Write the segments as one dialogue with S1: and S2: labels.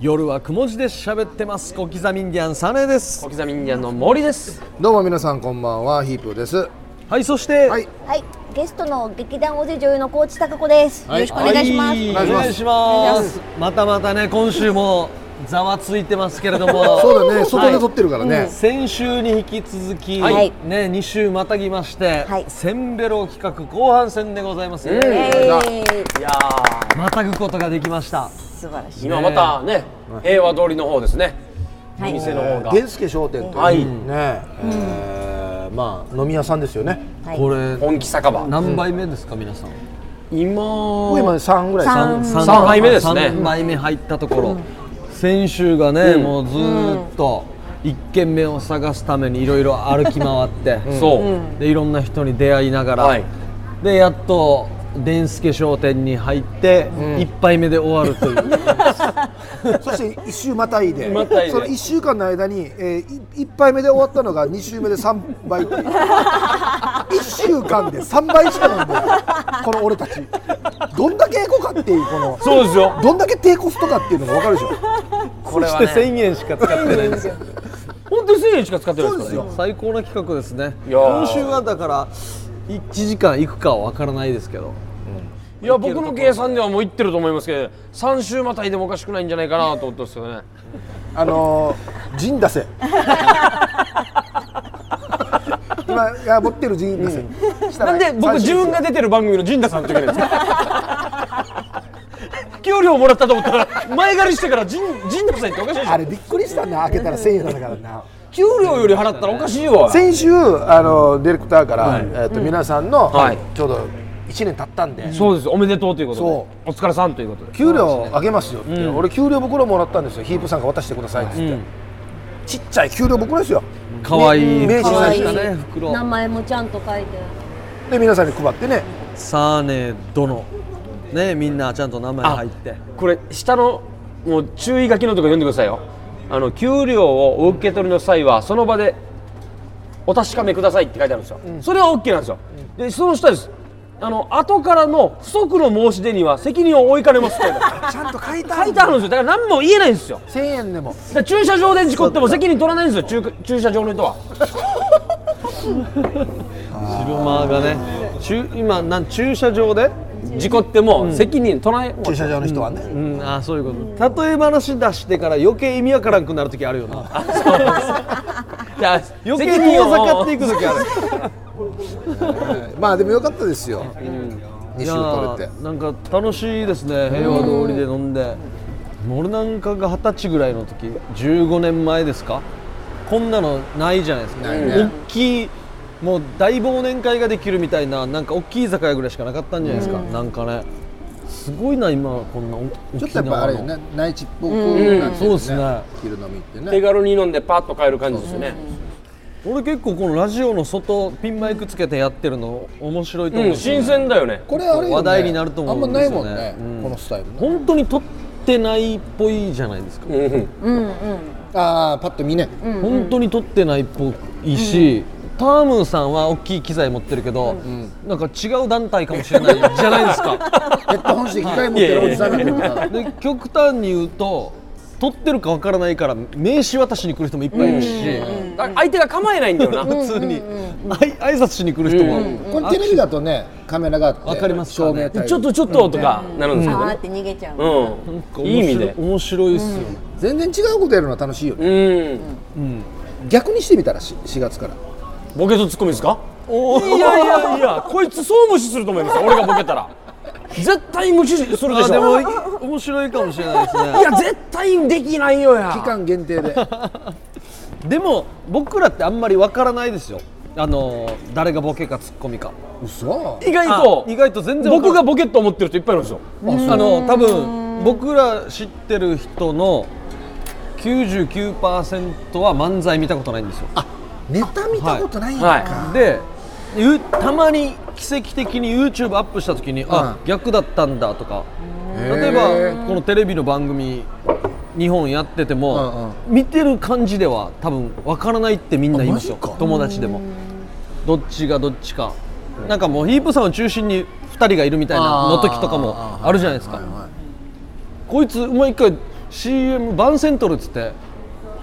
S1: 夜はくも字で喋ってます小刻みインディアンサネです
S2: 小刻みインディアンの森です。
S3: どうも皆さんこんばんはヒープーです。は
S1: はいそして、
S3: はい
S4: はい、ゲストの劇団おじ女優の高知貴子です。
S3: はい
S4: よろしくお願いします。
S1: はい
S3: お願いします
S1: お願いしますまたまたね今週もざわついてますけれども
S3: そうだね外で
S1: はい
S3: 撮ってるからね。
S1: 先週に引き続き、
S4: はい
S1: ね2週またぎまして、
S4: はい
S1: センベロ企画後半戦でございます、
S2: ん
S4: えー
S2: いやー、
S1: またぐことができました
S4: 素晴らしい。
S2: 今またね、平和通りの方ですね。
S4: は
S2: お
S4: い、
S2: 店の方が。
S3: 源助商店と
S2: はい
S3: いうね、えーまあ飲み屋さんですよね。
S4: はい
S1: これ
S2: 本気酒場。
S1: 何杯目ですか皆さん
S2: 今
S3: もう今三ぐらい。
S4: 三
S1: 三三
S2: 三杯目ですね
S1: 三杯目入ったところ、先週がね、
S2: うん
S1: もうずーっと一軒目を探すためにいろいろ歩き回って、
S2: そう、
S1: でいろんな人に出会いながら、
S2: はい
S1: でやっと伝助商店に入って、一杯目で終わるという
S3: そして一週またいで、
S2: またいで
S3: その一週間の間に、えー、い一杯目で終わったのが二週目で三 倍っていう。一週間で三倍しかなんだよ。この俺たち。どんだけエコかっていうこの。
S2: そうですよ。
S3: どんだけ低コストかっていうのがわかるでしょ。
S2: これは
S1: そして
S2: ね、
S1: 1000円しか使ってないんですよ
S2: 本当に千円しか使ってない
S3: そう
S2: で
S3: ですす
S2: からね。
S3: よ。
S1: 最高な企画ですね
S2: いやー
S1: 今週はだから1時間いくかは分からないですけど
S2: いや、僕の計算ではもういってると思いますけど、三週またいでもおかしくないんじゃないかなと思ってますけどね。
S3: あのー、陣 出せ。今が持ってる陣出せ。したら
S2: なんで、僕
S3: 最終
S2: 自分が出てる番組の陣田さんって言うじゃないですか。 給料もらったと思ったら、前借りしてから陣陣田さんっておかしいでし
S3: あ
S2: ょ。
S3: れびっくりしたね開けたら1000円だからな
S2: 給料より払ったらおかしいよ。
S3: 先週あのディレクターから、えーと皆さんの、
S2: はい
S3: ちょうど1年経ったんで、
S2: そうです。おめでとうということで。
S3: そ
S2: お疲れさんということで。
S3: 給料上げますよって、俺給料袋もらったんですよヒープさんが渡してくださいって言って、ちっちゃい給料袋ですよ
S1: 可愛い
S3: ね名刺
S1: 可愛い
S3: 可
S1: ね袋
S4: 名前もちゃんと書いて。
S3: で皆さんに配ってね
S1: サーネ殿ねみんなちゃんと名前入って
S2: これ下のもう注意書きのとこ読んでくださいよあの給料をお受け取りの際はその場でお確かめくださいって書いてあるんですよ、それは OK なんですよ、でその下ですあの後からの不足の申し出には責任を負いかねますって書いて あ
S3: ちゃんと書いて
S2: る書いてあるんですよだから何も言えないんですよ
S3: 1000円でも
S2: だから駐車場で事故っても責任取らないんですよ駐駐車場の人は
S1: 車がね駐今なん駐車場で
S2: 事故っても責任 取らない、
S3: 駐車場の人はね、
S1: うんあそういうこと例え話出してから余計意味わからんくなる時あるよな
S2: じゃあ
S1: 余計遠ざかってい
S2: 責
S1: く時ある
S3: まあでもよかったですよ、2週取れて
S1: いやーなんか楽しいですね平和通りで飲んで俺なんかが二十歳ぐらいの時15年前ですかこんなのないじゃないですか
S3: ないね
S1: 大きいもう大忘年会ができるみたいななんか大きい居酒屋ぐらいしかなかったんじゃないですか、なんかねすごいな今こんなお
S3: ちょっとやっぱあれよ
S1: 沖縄の
S3: ね内地っぽくなんて
S1: うんそう
S3: い
S1: っ
S3: う
S1: す
S3: ね
S1: ね
S3: 昼飲みって
S2: 手
S3: ね
S2: 軽に飲んでパッと帰る感じですよね、
S1: 俺結構このラジオの外ピンマイクつけてやってるの面白いと思う、
S2: うん、新鮮だよね
S3: これあれよね
S1: 話題になると思うん
S3: あんまないもん
S1: ですよ
S3: ね
S1: ねうん
S3: このスタイルね
S1: 本当に撮ってないっぽいじゃないですか、
S2: うん
S4: うんうん。
S3: ああパッと見ね
S1: 本当に撮ってないっぽいし、タームーさんは大きい機材持ってるけど、なんか違う団体かもしれないじゃないです か
S3: ヘッドホンして機械持ってるおじさんが来るから
S1: で極端に言うと撮ってるかわからないから名刺渡しに来る人もいっぱいいるし、
S2: あ相手が構えないんだよな。
S1: 普通に、あい挨拶しに来る人も、
S3: これテレビだとねカメラがあって
S1: わかりますかね
S3: 照明対
S2: ちょっとちょっととかなるんですけ
S4: あ
S2: ど
S4: ー
S2: ね
S4: って逃げちゃ
S2: う
S4: う。
S1: なんか面
S2: ん。
S1: 白
S2: いい意味で。
S1: 面白いっすよね、
S3: 全然違うことやるのは楽しいよね
S2: うん。
S3: 逆にしてみたらし4月から
S2: ボケとツッコミですか？いやいやいや、こいつそう無視すると思いますよ。俺がボケたら。絶対無視するでし
S1: あでも
S2: ょ。い
S1: 面白いかもしれないですね
S2: や絶対できないよや。
S3: 期間限定で
S1: でも僕らってあんまりわからないですよあの誰がボケかツッコミか
S3: 嘘
S2: 意外と
S1: あ意外と全然わか
S2: 僕
S1: らな
S2: が
S1: い
S2: ボケと思ってる人いっぱいいるんですよ。
S1: あの多分僕ら知ってる人の99%は漫才見たことないんですよ
S3: ネタ見たことないんか
S1: でゆたまに奇跡的に YouTube アップした時に、あ
S3: う
S1: 逆だったんだとか
S3: ー
S1: 例えばこのテレビの番組日本やってても、見てる感じでは多分わからないってみんな言いますよ
S3: あマジか
S1: 友達でもどっちがどっちかなんかもうヒープさんを中心に2人がいるみたいなの時とかもあるじゃないですか
S3: はいはい
S1: こいつお前一回 CM 番宣撮るっつって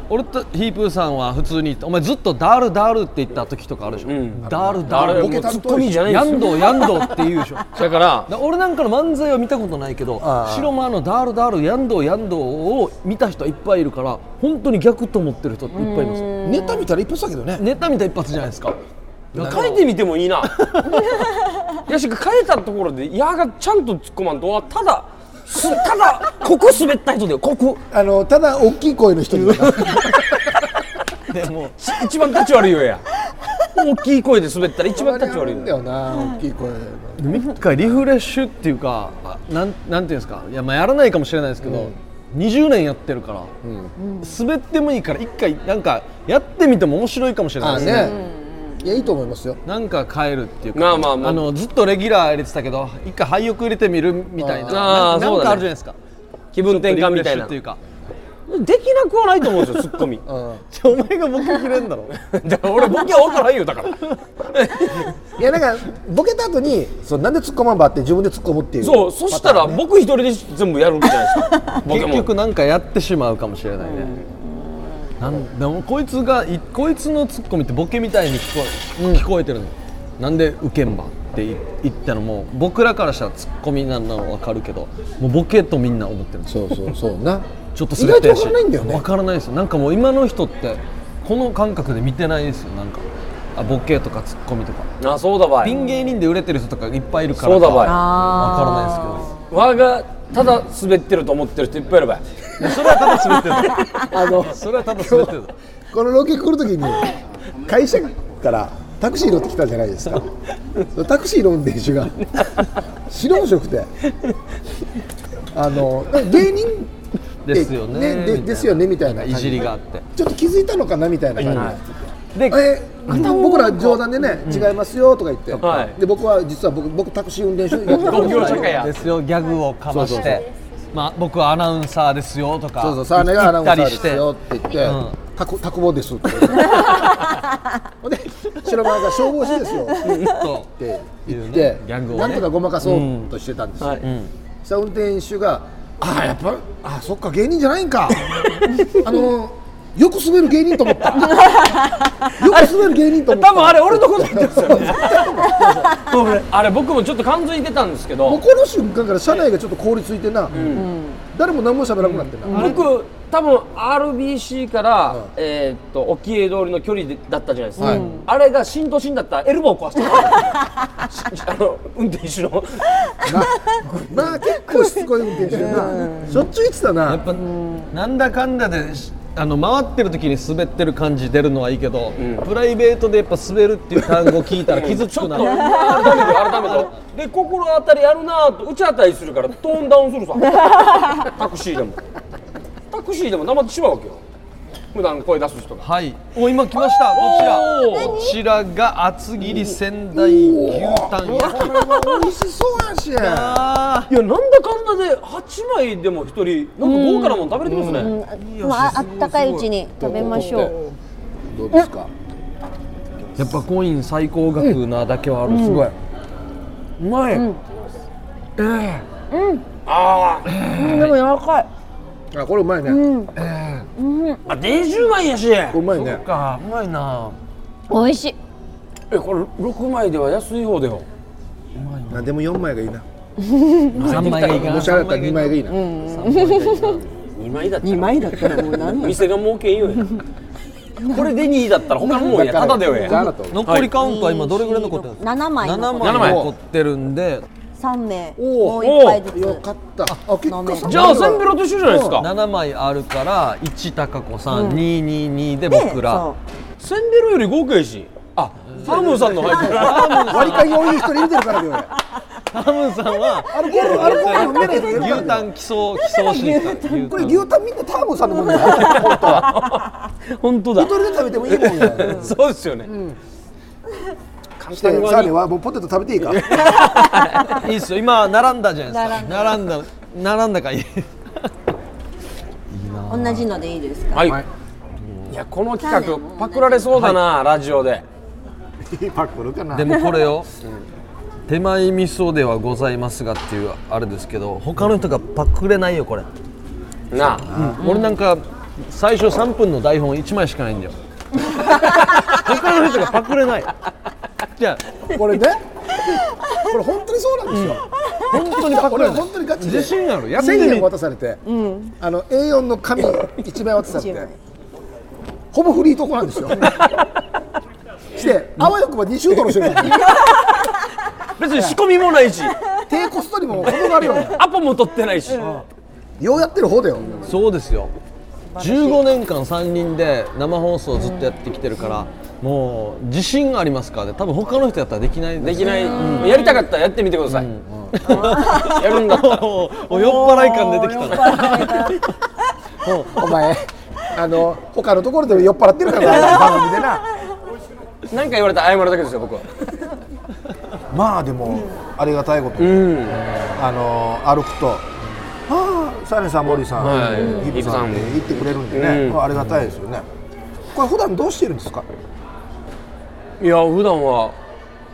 S1: 俺とヒープーさんは普通にお前ずっとダールダールって言った時とかあるでしょ、ダールダ
S2: あれ
S1: ー
S2: も
S1: ル
S2: う
S3: ボケ
S2: ツ
S3: 担当
S2: ッコミじゃない
S1: ヤ
S2: んで
S1: ン
S2: すよ
S1: ドーヤンドーって 言うでしょだか
S2: だから
S1: ら俺なんかの漫才は見たことないけど
S3: ああ
S1: 白間のダールダールヤンドーヤンドーを見た人はいっぱいいるから本当に逆と思ってる人っていっぱいいます
S3: ネタ見たら一発だけどね
S1: ネタ見た一発じゃないです か
S2: 書いてみても いいないやしか書いたところで矢がちゃんと突っ込まんとはただすただここ滑った人だよここ
S3: あのただ大きい声の 人に
S1: でも
S2: し一番立ち悪いよや大きい声で滑ったら一番立ち悪い
S3: んだ
S2: よ
S3: よな大きい声
S1: 一回リフレッシュっていうかあなんなんていうんですかいやまあやらないかもしれないですけど、20年やってるから、滑ってもいいから一回なんかやってみても面白いかもしれない
S3: あ
S1: ですね
S3: ねいやいいと思いますよ
S1: なんか変えるっていうか、
S2: まあまあまあ
S1: のずっとレギュラー入れてたけど一回廃屋入れてみるみたいな
S2: あ
S1: な
S2: あ
S1: んか
S2: そうだね
S1: なんかあるじゃないですか
S2: 気分転換みたい
S1: リフレッシュ
S2: な
S1: っていうか
S2: できなくはないと思うんですよツッコミ
S1: ちょお前がボケくれんだろ
S2: だから俺ボケは分からんよだから
S3: いやなんかボケた後にそうなんで突っ込まんばって自分で突っ込むっていう
S2: そうそしたら僕一人で全部やるじゃない ですかボケ
S1: 結
S2: も
S1: 局なんかやってしまうかもしれないね、なんでもこいつがいこいつのツッコミってボケみたいに聞こえ,、聞こえてるのなんでウケんばってい言ったのも僕らからしたらツッコミなんなの分かるけどもうボケとみんな思ってるんですよ
S3: そうそうそうな
S1: ちょっと
S3: 意
S1: 滑っ
S3: 外
S1: てる
S3: とわ
S1: し
S3: からないんだよね
S1: 分からないですよなんかもう今の人ってこの感覚で見てないですよなんかあボケとかツッコミとか
S2: あそうだば
S1: ピ
S2: い
S1: ン芸人で売れてる人とかいっぱいいるからか
S2: そうだ
S1: 分か
S2: わい
S1: ら
S4: あ
S1: ないですけど
S2: 我がただ滑ってると思ってる人いっぱいいるばい
S1: いやそれはただ滑ってるあのそれはただ滑ってる
S3: このロケ来るときに会社からタクシー乗ってきたじゃないですかそのタクシーの運転手が白白くてあの芸人って
S1: ですよねみたい
S3: で
S1: な
S3: ですよねみたいな感
S1: いじりがあって
S3: ちょっと気づいたのかなみたいな感じで、
S1: で
S3: えー僕ら冗談でね、違いますよとか言って、
S2: はい
S3: で僕は実は僕僕タクシー運転手やってた
S2: 同業者かや
S1: ですよギャグをかまして
S3: そうそうそ
S1: まあ、僕はアナウンサーですよとか
S3: そうそう、サーネがアナウンサーです
S1: 言
S3: よ
S1: っ
S3: って言って、
S1: うん
S3: タコタコボですって。ほんで、白間が消防士ですよった
S1: りしてそう
S3: て言っ
S1: いう
S3: て
S1: ね、ギャグをね
S3: なんとかごまかそうとしてたんですよ。
S2: はい
S3: そしたら運転手が、ああ、やっぱ、ああ、そっか、芸人じゃないんか。 あのー、よく滑る芸人と思った。よく滑る芸人と思った。
S2: 多分あれ俺のこと言ってるんですよねあれ僕もちょっと感づいてたんですけ
S3: もう
S2: ど
S3: この瞬間から車内がちょっと凍りついてな、誰も何も喋らなくなってな、
S2: 僕多分 RBC から、えーっと沖江通りの距離でだったじゃないですか、
S3: はい
S2: あれが新都心だったらエルボー壊してた しあの運転手 の
S3: まあ結構しつこい運転手でなしょっちゅう言ってたな
S1: やっぱなんだかんだでしあの回ってる時に滑ってる感じ出るのはいいけど、プライベートでやっぱ滑るっていう単語聞いたら傷つ
S2: ちょ
S1: く
S2: っ
S1: な
S2: と 改めて改めてで心当たりあるなぁと打ち当たりするからトーンダウンするさ タクシーでもタクシーでも黙ってしまうわけよ普段声出す人が
S1: はいお今来ましたこちら
S2: おー
S1: こちらが厚切り仙台牛タン焼き
S3: 美味しそうやし
S1: あ
S2: いやなんだかんだで8枚でも1人なんか豪華なもの食べれてますね、
S4: ーまああったかいうちに食べましょう
S3: どうですか
S1: ーやっぱコイン最高額なだけはある、すごいうまい、
S2: あー
S4: うんでも柔らかい
S3: あこれうまいね、
S2: あデジュマイやしえ
S3: うまいね
S1: かうまいな
S4: 美味しい
S2: これ6枚では安い方だよ
S3: あでも4枚がいいな
S1: 3枚がいいかな
S3: もしあれだったら2枚がいいな、
S2: 2枚だったら
S5: 2枚だったらもう何
S2: 店が儲けんよやこれで2位だったら他のもんやただだよや
S3: だからと
S1: 残りカウントは今どれぐらい残ってるんですか
S4: 7枚
S1: 7
S4: の
S1: 枚
S2: 七枚
S1: 残ってるんで
S4: 3名
S3: お
S4: もう一杯ず
S3: よ
S4: つ
S3: かったあ結構
S2: じゃあセンベロと一緒じゃないですか
S1: 7枚あるから1高子さん222で僕ら
S2: センベロより豪華やしあサームンさんの入ってる
S3: 割り勘用意一人入れてるからだよ俺
S1: ハムさんは
S3: アルコールアルコール飲めないで
S1: 牛タン基礎基礎しに来た
S3: これ牛タンみんなターボさんのもんだよ本当は
S2: 本当
S3: 一
S2: だ
S3: 人で食べてもいいもんや
S2: そうですよね、簡
S3: して
S2: 単に
S3: サーネはもうポテト食べてい いか
S1: いいっすよ今並んだじゃないですか並んだ並んだから いい
S4: 同じのでいいですか
S2: はい、い、やこの企画パクられそうだな、ラジオで
S3: パックルかな
S1: でもこれを手前味噌ではございますがっていうあれですけど他の人がパクれないよこれ
S2: なあ
S1: 俺なんか最初3分の台本1枚しかないんだ よ他の人がパクれないじゃあ
S3: これねこれ本当にそうなんですよ、
S1: 本当にパクれな
S3: 俺
S1: い
S3: 本当にガチで
S1: 自信あるやってみ
S3: 1000円渡されて、あの A4 の紙1枚渡されてほぼフリートコなんですよしてあわよくば2周との人が
S2: 別に仕込みもないし
S3: 低コストにも程があるよね
S2: アポも取ってないし
S3: ようやってる方だよ
S1: そうですよ15年間3人で生放送ずっとやってきてるから、もう自信がありますからね多分他の人やったらできない
S2: でき
S1: い
S2: ないやりたかったらやってみてください やるんだったら
S1: おお酔っ払い感出てきたな
S3: お前あの他のところでも酔っ払ってるからな番組でな
S2: 何か言われたら謝るだけですよ僕は
S3: まあでもありがたいことに
S2: うん
S3: あの歩くと「ああサネさん森さん、
S2: はい
S3: ヒップさん」って言ってくれるんでね、
S2: うん
S3: これありがたいですよねこれ普段どうしてるんですか
S2: いや普段は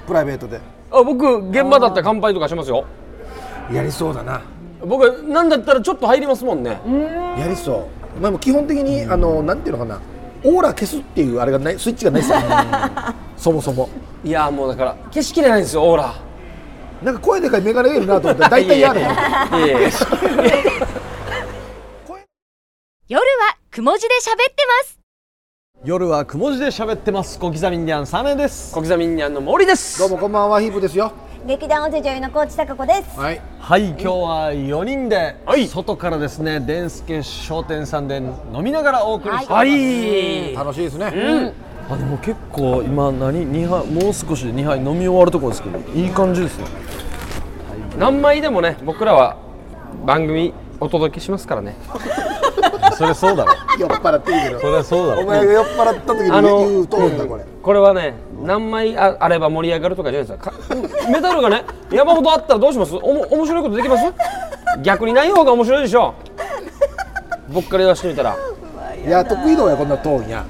S3: プライベートで
S2: あ僕現場だったら乾杯とかしますよ
S3: やりそうだな
S2: 僕なんだったらちょっと入りますもんね
S3: やりそうまあでも基本的に、あのなんていうのかなオーラ消すっていうあれがないスイッチがないですよ そもそも
S2: いやもうだから景色れないんですよオーラ
S3: なんか声でかいメガネがいるなと思ったら大体嫌だよ
S2: いやいや
S6: 夜はくも字で喋ってます。
S1: 夜はくも字で喋ってます小刻みインディアンサネです
S2: 小刻みにあの森です
S3: どうもこんばんはヒープですよ
S4: 劇団おじ女優の高知貴子です。
S3: はい
S1: はい今日は4人で、
S2: はい
S1: 外からですねデンスケ商店さんで飲みながらお送りしております、
S2: はい
S3: 楽しいですね、
S1: あでも結構今何二杯もう少しで2杯飲み終わるところですけどいい感じですね
S2: 何枚でもね僕らは番組お届けしますからね
S1: それそうだろ
S3: 酔っ払ってるけど
S1: それはそうだ
S3: お
S1: ろ
S3: 前が酔っ払った時に
S2: あの
S3: 言うと思うんだこれ
S2: これはね何枚ああれば盛り上がるとかじゃないですかかメダルがね山ほどあったらどうしますおも面白いことできます逆にない方が面白いでしょ僕から言わしてみたら
S3: いや得意のやこんなトーンや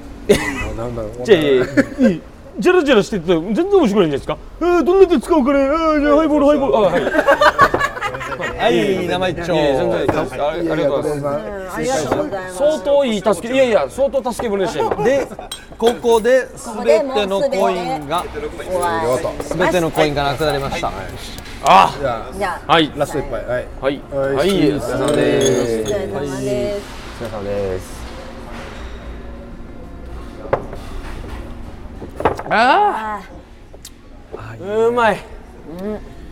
S3: なんだろう
S2: じゃあジャラジャラしてて全然面白くないんじゃないですかえー、どんな手使うかねえー、じゃあハイボールハイボールあはい
S1: はい生一丁
S2: いやいや全然いいですああり
S3: い
S2: が
S3: やいや
S2: とうご
S3: こ
S2: ざい
S3: れ
S2: ます
S3: 今
S4: ありがとうございます。
S2: 相当いい助けいやいや相当助けぶりでした今
S1: でここで全てのコインが
S4: 終わります
S1: 全てのコインがなくなりました
S2: あ
S4: じゃあ、
S2: はい
S3: ラスト一杯はい
S2: はい
S3: はい
S2: はいお疲れ様です
S4: お疲れ様です。
S2: お疲れ様ですあーうまい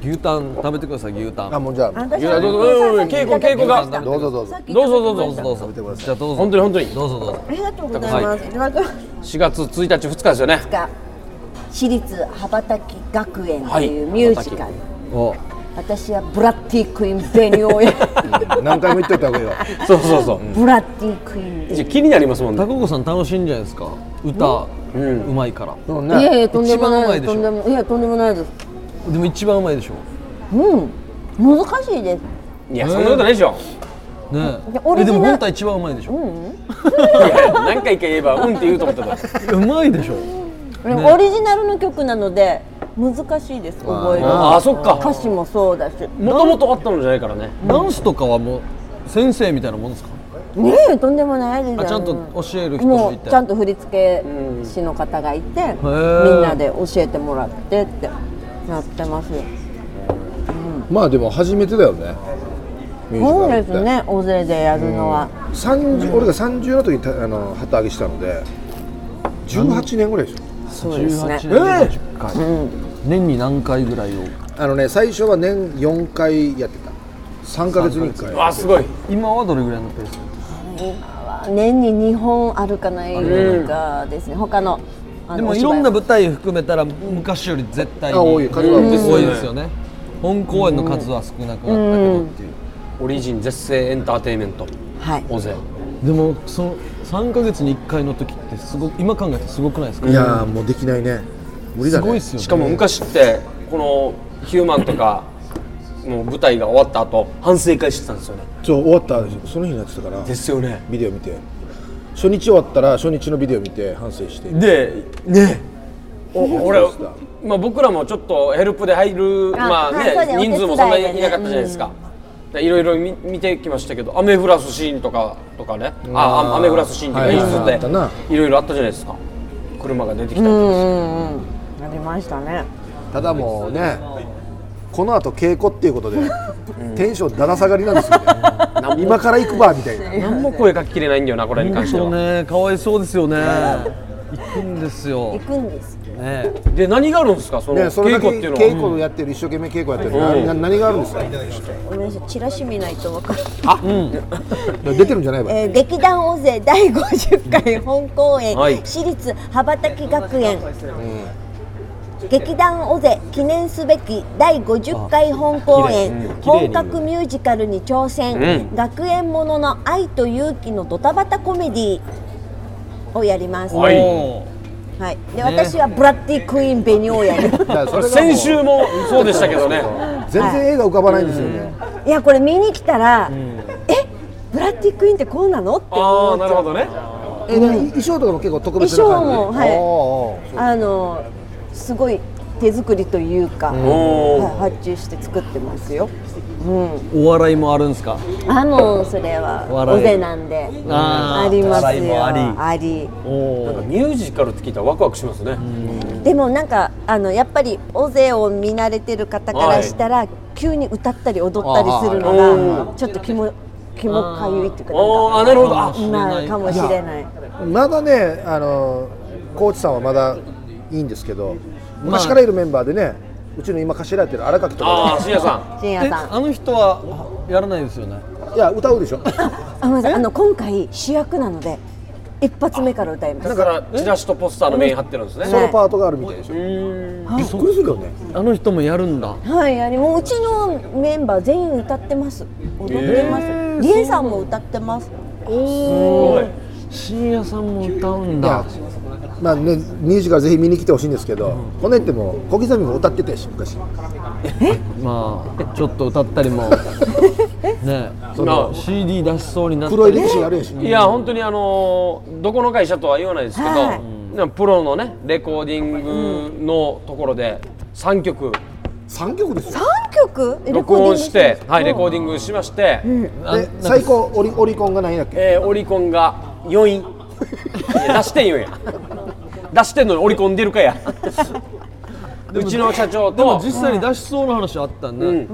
S1: 牛タン食べてください牛タン
S3: あもうじゃあ
S4: 私
S2: いやどうぞうんうん稽古稽古が
S3: どうぞど
S2: どう
S3: うぞ
S2: ぞどうぞ
S1: どうぞどうぞ
S3: てください
S1: じゃあどうぞ
S2: 本当に本当に
S1: どうぞどうぞ
S4: ありがとうございます。ありがとうございます
S2: 4月1日2日ですよね
S4: が私立羽ばたき学園というミュージカル。
S1: お
S4: 私はブラッティクイーンベニュー をや
S3: 何回も言っといた方がいいよ
S2: そうそうそう
S4: ブラッティクイーンで
S2: じゃあ気になりますもんね
S1: タココさん楽しいんじゃないですか歌うまいから
S3: そう
S4: いや
S3: ね
S4: いやとん
S1: 一
S4: でも
S1: 番うま
S4: ないい
S1: でし
S4: で
S1: ょ
S4: すとんでもいやとんでもないです
S1: でも一番うまいでしょ
S4: うん難しいです
S2: いやそんなことないでしょ
S1: ね
S4: いやオリ
S1: えで
S4: ジナル
S1: も本体一番うまいでしょ
S2: いや何回か言えばうんって言うと思ったから
S1: うまいでしょ
S4: でもオリジナルの曲なので難しいです覚える
S2: ああそっか
S4: 歌詞もそうだしね
S2: もともとあったのじゃないからね
S1: ダンスとかはもう先生みたいなもんですか
S4: えとんでもないです
S1: あ
S4: よ
S1: ちゃんと教える人
S4: も
S1: もいうて
S4: ちゃんと振り付け師の方がいて、みんなで教えてもらってってやってます
S3: まあでも初めてだよねミュ
S4: そう
S3: ージカ
S4: で
S3: ルって
S4: すね大勢でやるのは、
S3: 30俺が30の時にたあの旗揚げしたので18年ぐらいでしょ
S4: そうですね
S1: 18年で50回、年に何回ぐらいを
S3: あのね最初は年4回やってた3か月に1
S2: あ
S3: 回
S2: すごい
S1: 今はどれぐらいのペース
S4: 年に2本あるかないかですね、他のあの
S1: でもいろんな
S4: お芝
S1: 舞台含めたら昔より絶対に
S3: あ多い数は多い
S1: うん
S3: です
S2: ね
S1: 多いですよね本公演の数は少なくなったけどっていう、
S2: オリジン絶世エンターテインメント
S4: 居はい
S2: 大勢
S1: でもその3か月に1回の時ってすごく今考えたらすごくないですか
S3: いやーもうできないね無理だ
S1: す
S3: ね
S1: ごいですよね
S2: しかも昔ってこのヒューマンとかの舞台が終わった後反省会してたんですよね
S3: そう終わったその日になってたから
S2: すよね
S3: ビデオ見て初日終わったら初日のビデオ見て反省して
S2: でねお俺
S3: そうで
S2: まあ僕らもちょっとヘルプで入るまあ
S4: はいそうだ
S2: ね
S4: よ
S2: 人数もそんなに
S4: お手伝いで
S2: い
S4: ね
S2: なかったじゃないですかいろいろ見見てきましたけど雨降らすシーンとかとかねああ雨降らすシーンとか
S3: はい
S2: 演
S3: はい
S2: 出
S3: あったな
S2: でいろいろあったじゃないですか車が出てきたり
S4: う
S2: とか
S4: んうんやりましたね
S3: ただもうねこの後稽古っていうことでテンションだだ下がりなんです よね今から行くばみたいな
S2: 何も声かけきれないんだよなこれに関して
S1: そう
S2: は
S1: ねかわいそうですよね行くんですよ
S4: 行くんです
S1: ね
S2: で何があるんですかその
S3: ねそれ
S2: 稽
S3: だけ
S2: 古っていうのは
S3: 稽古をやってる一生懸命稽古やってる何が何があるんですか
S4: ごめんなさいチラシ見ないとわかんない
S3: 出てるんじゃないわ
S4: えー劇団大勢第50回本公演、
S2: はい
S4: 私立羽ばたき学園、劇団尾勢記念すべき第50回本公演本格ミュージカルに挑戦、学園ものの愛と勇気のドタバタコメディをやります、
S2: は
S4: はいい
S1: おー
S4: で私はブラッディクイーンベニオをや る
S3: だからそれがもう
S2: 先週もそうでしたけどね
S3: 全然絵が浮かばないんですよね
S4: いやこれ見に来たら、えブラッディクイーンってこうなのって
S2: あ
S4: 思
S2: あな
S4: っちゃ
S2: る
S4: う
S2: ほどね
S3: えだから衣装とかも結構特別な感じ
S4: 衣装もはい
S3: おーおー
S4: あのすごい手作りというか、
S2: おー
S4: はい、発注して作ってますよ。うん、
S1: お笑いもあるんですか
S4: あもうそれは
S1: 笑い
S4: おぜなんで
S1: あー
S4: あります
S1: 笑い
S4: よ
S1: もあり
S4: り
S1: お
S2: なんか
S1: お
S2: ミュージカルって聞いたらワクワクしますね
S4: でもなんかあのやっぱりおぜを見慣れてる方からしたら、急に歌ったり踊ったりするのがちょっと気も気もかゆいっていうか
S2: ああ
S4: なんか
S2: なるほどあ
S4: まあかもしれない
S3: まだねあのコーチさんはまだいいんですけど昔からいるメンバーでねうちの今頭やってる荒垣と
S2: あ
S3: か
S2: あ深夜さん
S4: 深夜
S1: え
S4: さん
S1: あの人はやらないですよね
S3: いや歌うでしょ
S4: あごめんなさいあの今回主役なので一発目から歌います
S2: だからチラシとポスターの面貼ってるんですね
S3: そのパートがあるみたいでしょびっくりするよね
S1: あの人もやるんだ
S4: はい、あれもううちのメンバー全員歌ってます。踊ってます。リエさんも歌ってます。
S1: 深夜さんも歌うん
S3: いや
S1: だ
S3: まあねミュージカルぜひ見に来てほしいんですけどこねっても小刻みも歌ってたし昔
S1: まあちょっと歌ったり もね
S3: そ
S2: な
S3: の
S1: CD 出しそうになった
S3: 黒い
S1: り
S3: 歴史があるやし
S2: いや本当にあのーどこの会社とは言わないですけど、
S4: はい
S2: なんかプロのねレコーディングのところで3曲
S3: 三曲ですよ
S4: 三曲
S2: 録音してはいレコーデ
S4: ン
S2: ィングしまして、
S1: あ
S3: で最高オリオリコンが何位だっけ
S2: えーオリコンが4位い や出してんよや出してんのにオリコン出るかやうちの社長
S1: でも
S2: と
S1: 実際に出しそうな話あったんで、
S2: う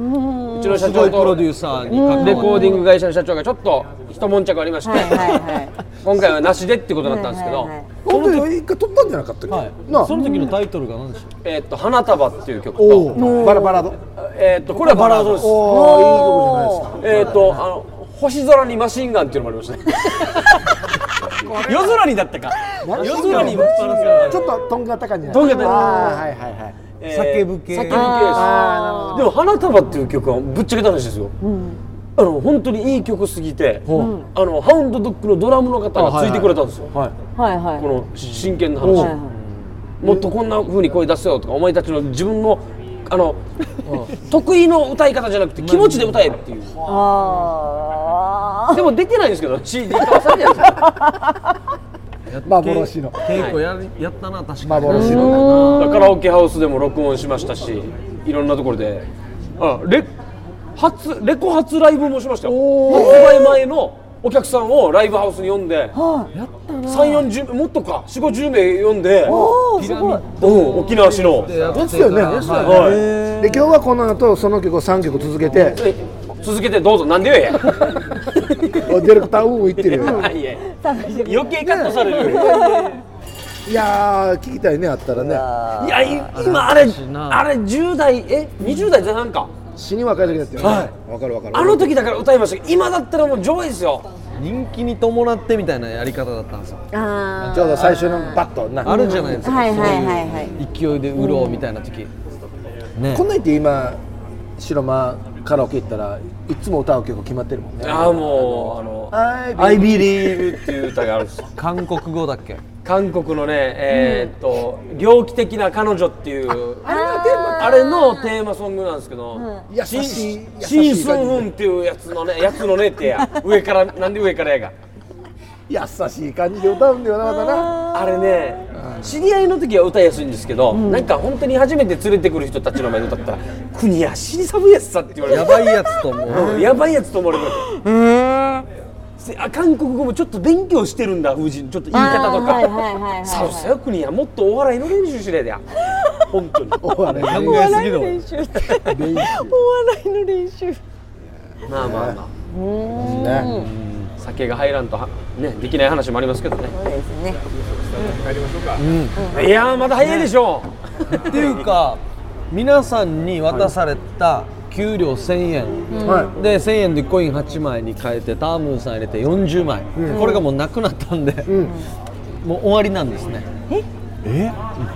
S2: ちの社
S1: すご
S2: 長
S1: いプロ
S2: と
S1: デューサーに関わって
S2: レコーディング会社の社長がちょっと一悶着ありまして、
S4: はいはいはい。
S2: 今回はなしでってことだったんですけど、
S4: はいはいはい
S3: 本当に一回撮ったんじゃなかったっけ
S1: はい
S3: なあ
S1: その時のタイトルが何でし
S2: えーっと花束っていう曲
S3: お
S2: と、
S3: ーバラバラド
S2: えーっとこれはバラードです。
S3: おーいい曲じゃないですか
S2: えー、と、あの、星空にマシンガンっていうのもありましたね。 夜空にだったか。夜空にマシンガン。
S3: ちょっととんがった感じ
S2: とんがった
S3: あーはいはいはい
S2: え
S1: 叫ぶ系
S2: 叫ぶ系です。でも、花束っていう曲はぶっちゃけた話ですよ。あの、本当にいい曲すぎて、あの、ハウンドドッグのドラムの方がついてくれたんですよ。
S1: たはい
S4: はいはい。
S2: この真剣な話。もっとこんな風に声出せよとか、お前たちの自分の。あの得意の歌い方じゃなくて気持ちで歌えっていう
S4: あ
S2: でも出てないんですけど CD 買わされてないんですよ
S3: 幻の
S1: 稽古やりやったな確かに
S3: 幻の
S2: カラオケハウスでも録音しましたしいろんなところであレ初レコ初ライブもしましたよ発売前のお客さんをライブハウスに呼んで340もっとか4 5 0名呼んで
S1: ピラミッ
S2: うん沖縄市の
S1: ドやって
S3: ですよね
S1: から
S3: ですよ
S1: はい
S2: はい
S3: で今日はこの後その曲を3曲続けて
S2: え続けてどうぞなんでよや
S3: おディレクターうんうん言ってるよ
S2: いや余計カットされる
S3: いやー聞きたいねあったらね
S2: いやい今あれあれ
S1: しいな
S2: 10代え20代前半か
S3: 死に若い時だったよね
S2: は
S3: わかるわかる
S2: あの時だから歌いましたけど今だったらもう上位ですよ
S1: 人気に伴ってみたいなやり方だったんですよ
S4: あ。あ
S3: ちょうど最初のバットな
S1: あるじゃないです
S4: あ。
S1: か、
S4: はいはいはいはい。
S1: 勢いで売ろうみたいな時、ね
S3: こんなん言って今白間カラオケ行ったらいつも歌う曲決まってるもんね
S2: ああもうあの
S3: アイビ
S2: 「I Believe」っていう歌があるんですよ
S1: 韓国語だっけ
S2: 韓国のねえーっと「猟奇的な彼女」っていうあ
S3: ー
S2: れのテーマソングなんですけど
S3: 優
S2: シン
S3: しい
S2: シ
S3: 優
S2: ン
S3: しい
S2: スンフ
S3: 感
S2: ンっていうやつのねやつのねってや上からなんで上からやが
S3: じで優しい感じで歌うんだよなまたな
S2: あれね知り合いの時は歌いやすいんですけど、なんか本当に初めて連れてくる人たちの前で歌ったら「国や死に寒いやつさ」って言われ
S1: や
S2: て
S1: ばいやつともう
S2: うんやばいやつと思われるせあ韓国語もちょっと勉強してるんだ風神ちょっと言い方と
S4: あーはいはいはいはいは
S2: か
S4: い
S2: さあよ国やもっとお笑いの練習しれや本当に
S3: お笑い
S1: 考え
S3: ね
S1: すぎだわ
S3: 練
S4: いの練習
S2: まあまあま
S3: 習ね
S2: あ酒が入らんとはねできない話もありますけどね
S4: そうですね
S2: いやーまだ早いでしょ
S1: っていうか皆さんに渡された給料1000円、
S3: は
S1: で1000円でコイン8枚に変えてタームーンさん入れて40枚、これがもうなくなったんで、もう終わりなんですねえ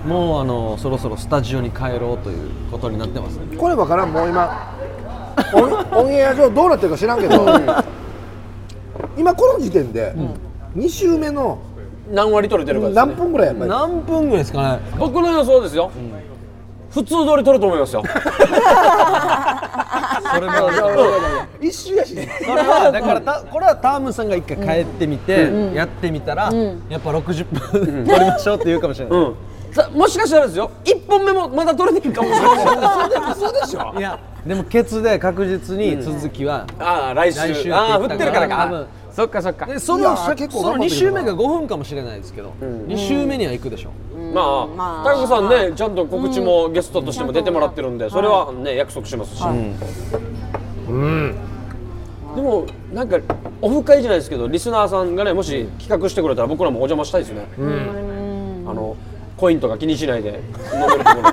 S1: もうあのそろそろスタジオに帰ろうということになってます
S3: いこれわからんもう今オンオンエア上どうなってるか知らんけど今この時点で2週目の
S2: 何割取れてるかです、
S3: 何
S2: ね、
S3: 分ぐらいやっぱり
S1: 何分ぐらいですかね
S2: 僕の予想ですよ、普通通り取ると思いますよ
S1: それは
S3: 一周やしね
S1: それはだからた これはタームーンさんが一回帰ってみて、やってみたら、やっぱ60分撮りましょうって言うかもしれない、
S2: うんさもしかしたらですよ一本目もまだ取れてるかもしれない
S3: そうでしょ
S1: いやでもケツで確実に続きは、
S2: ああ来週
S1: 来週って言ったから
S2: ああ降ってるからか
S1: 多分
S2: そっかそっか
S1: でそ
S3: い
S1: の
S3: や
S1: さ
S3: 結構
S1: その
S3: 頑張ってるな
S1: 2周目が5分かもしれないですけど、二2周目には行くでしょ
S2: ま
S4: うん
S2: あ
S4: まあ
S2: タカさんねちゃんと告知もゲストとしても出てもらってるんでそれはね約束しますしでもなんかオフ会じゃないですけどリスナーさんがねもし企画してくれたら僕らもお邪魔したいですねあのコインとか気にしないで飲めるところ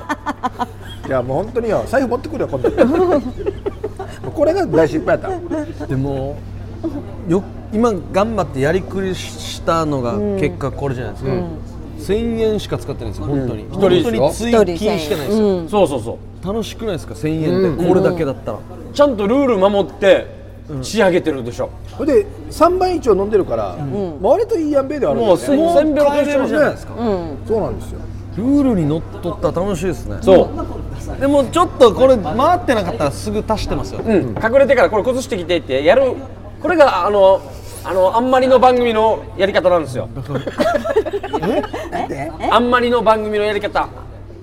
S3: いやもう本当によ財布持ってくるよ今度これが大失敗やった
S1: でもよ今頑張ってやりくりしたのが結果これじゃないですか、1000円しか使ってないんですよ本当に、
S2: 人ですよ
S1: 本当に追金してないですよ、
S2: そうそうそう
S1: 楽しくないですか1000円でこれだけだったら、
S2: ちゃんとルール守って仕上げてるでしょ
S3: それで3倍以上飲んでるから、割といいやんべではあるん
S2: もう
S3: です
S2: せ
S3: よね
S2: んべろと
S1: 帰
S2: 一
S1: れ
S2: 緒
S1: る
S2: なん
S1: じ
S2: で
S1: ゃない
S2: ね
S1: ですか、
S3: そうなんですよ
S1: ルールにのっとったら楽しいですね
S2: そう
S1: でもちょっとこれ回ってなかったらすぐ足してますよ、
S2: うん、隠れてからこれ崩してきてってやるこれがあのあのあんまりの番組のやり方なんですよあんまりの番組のやり方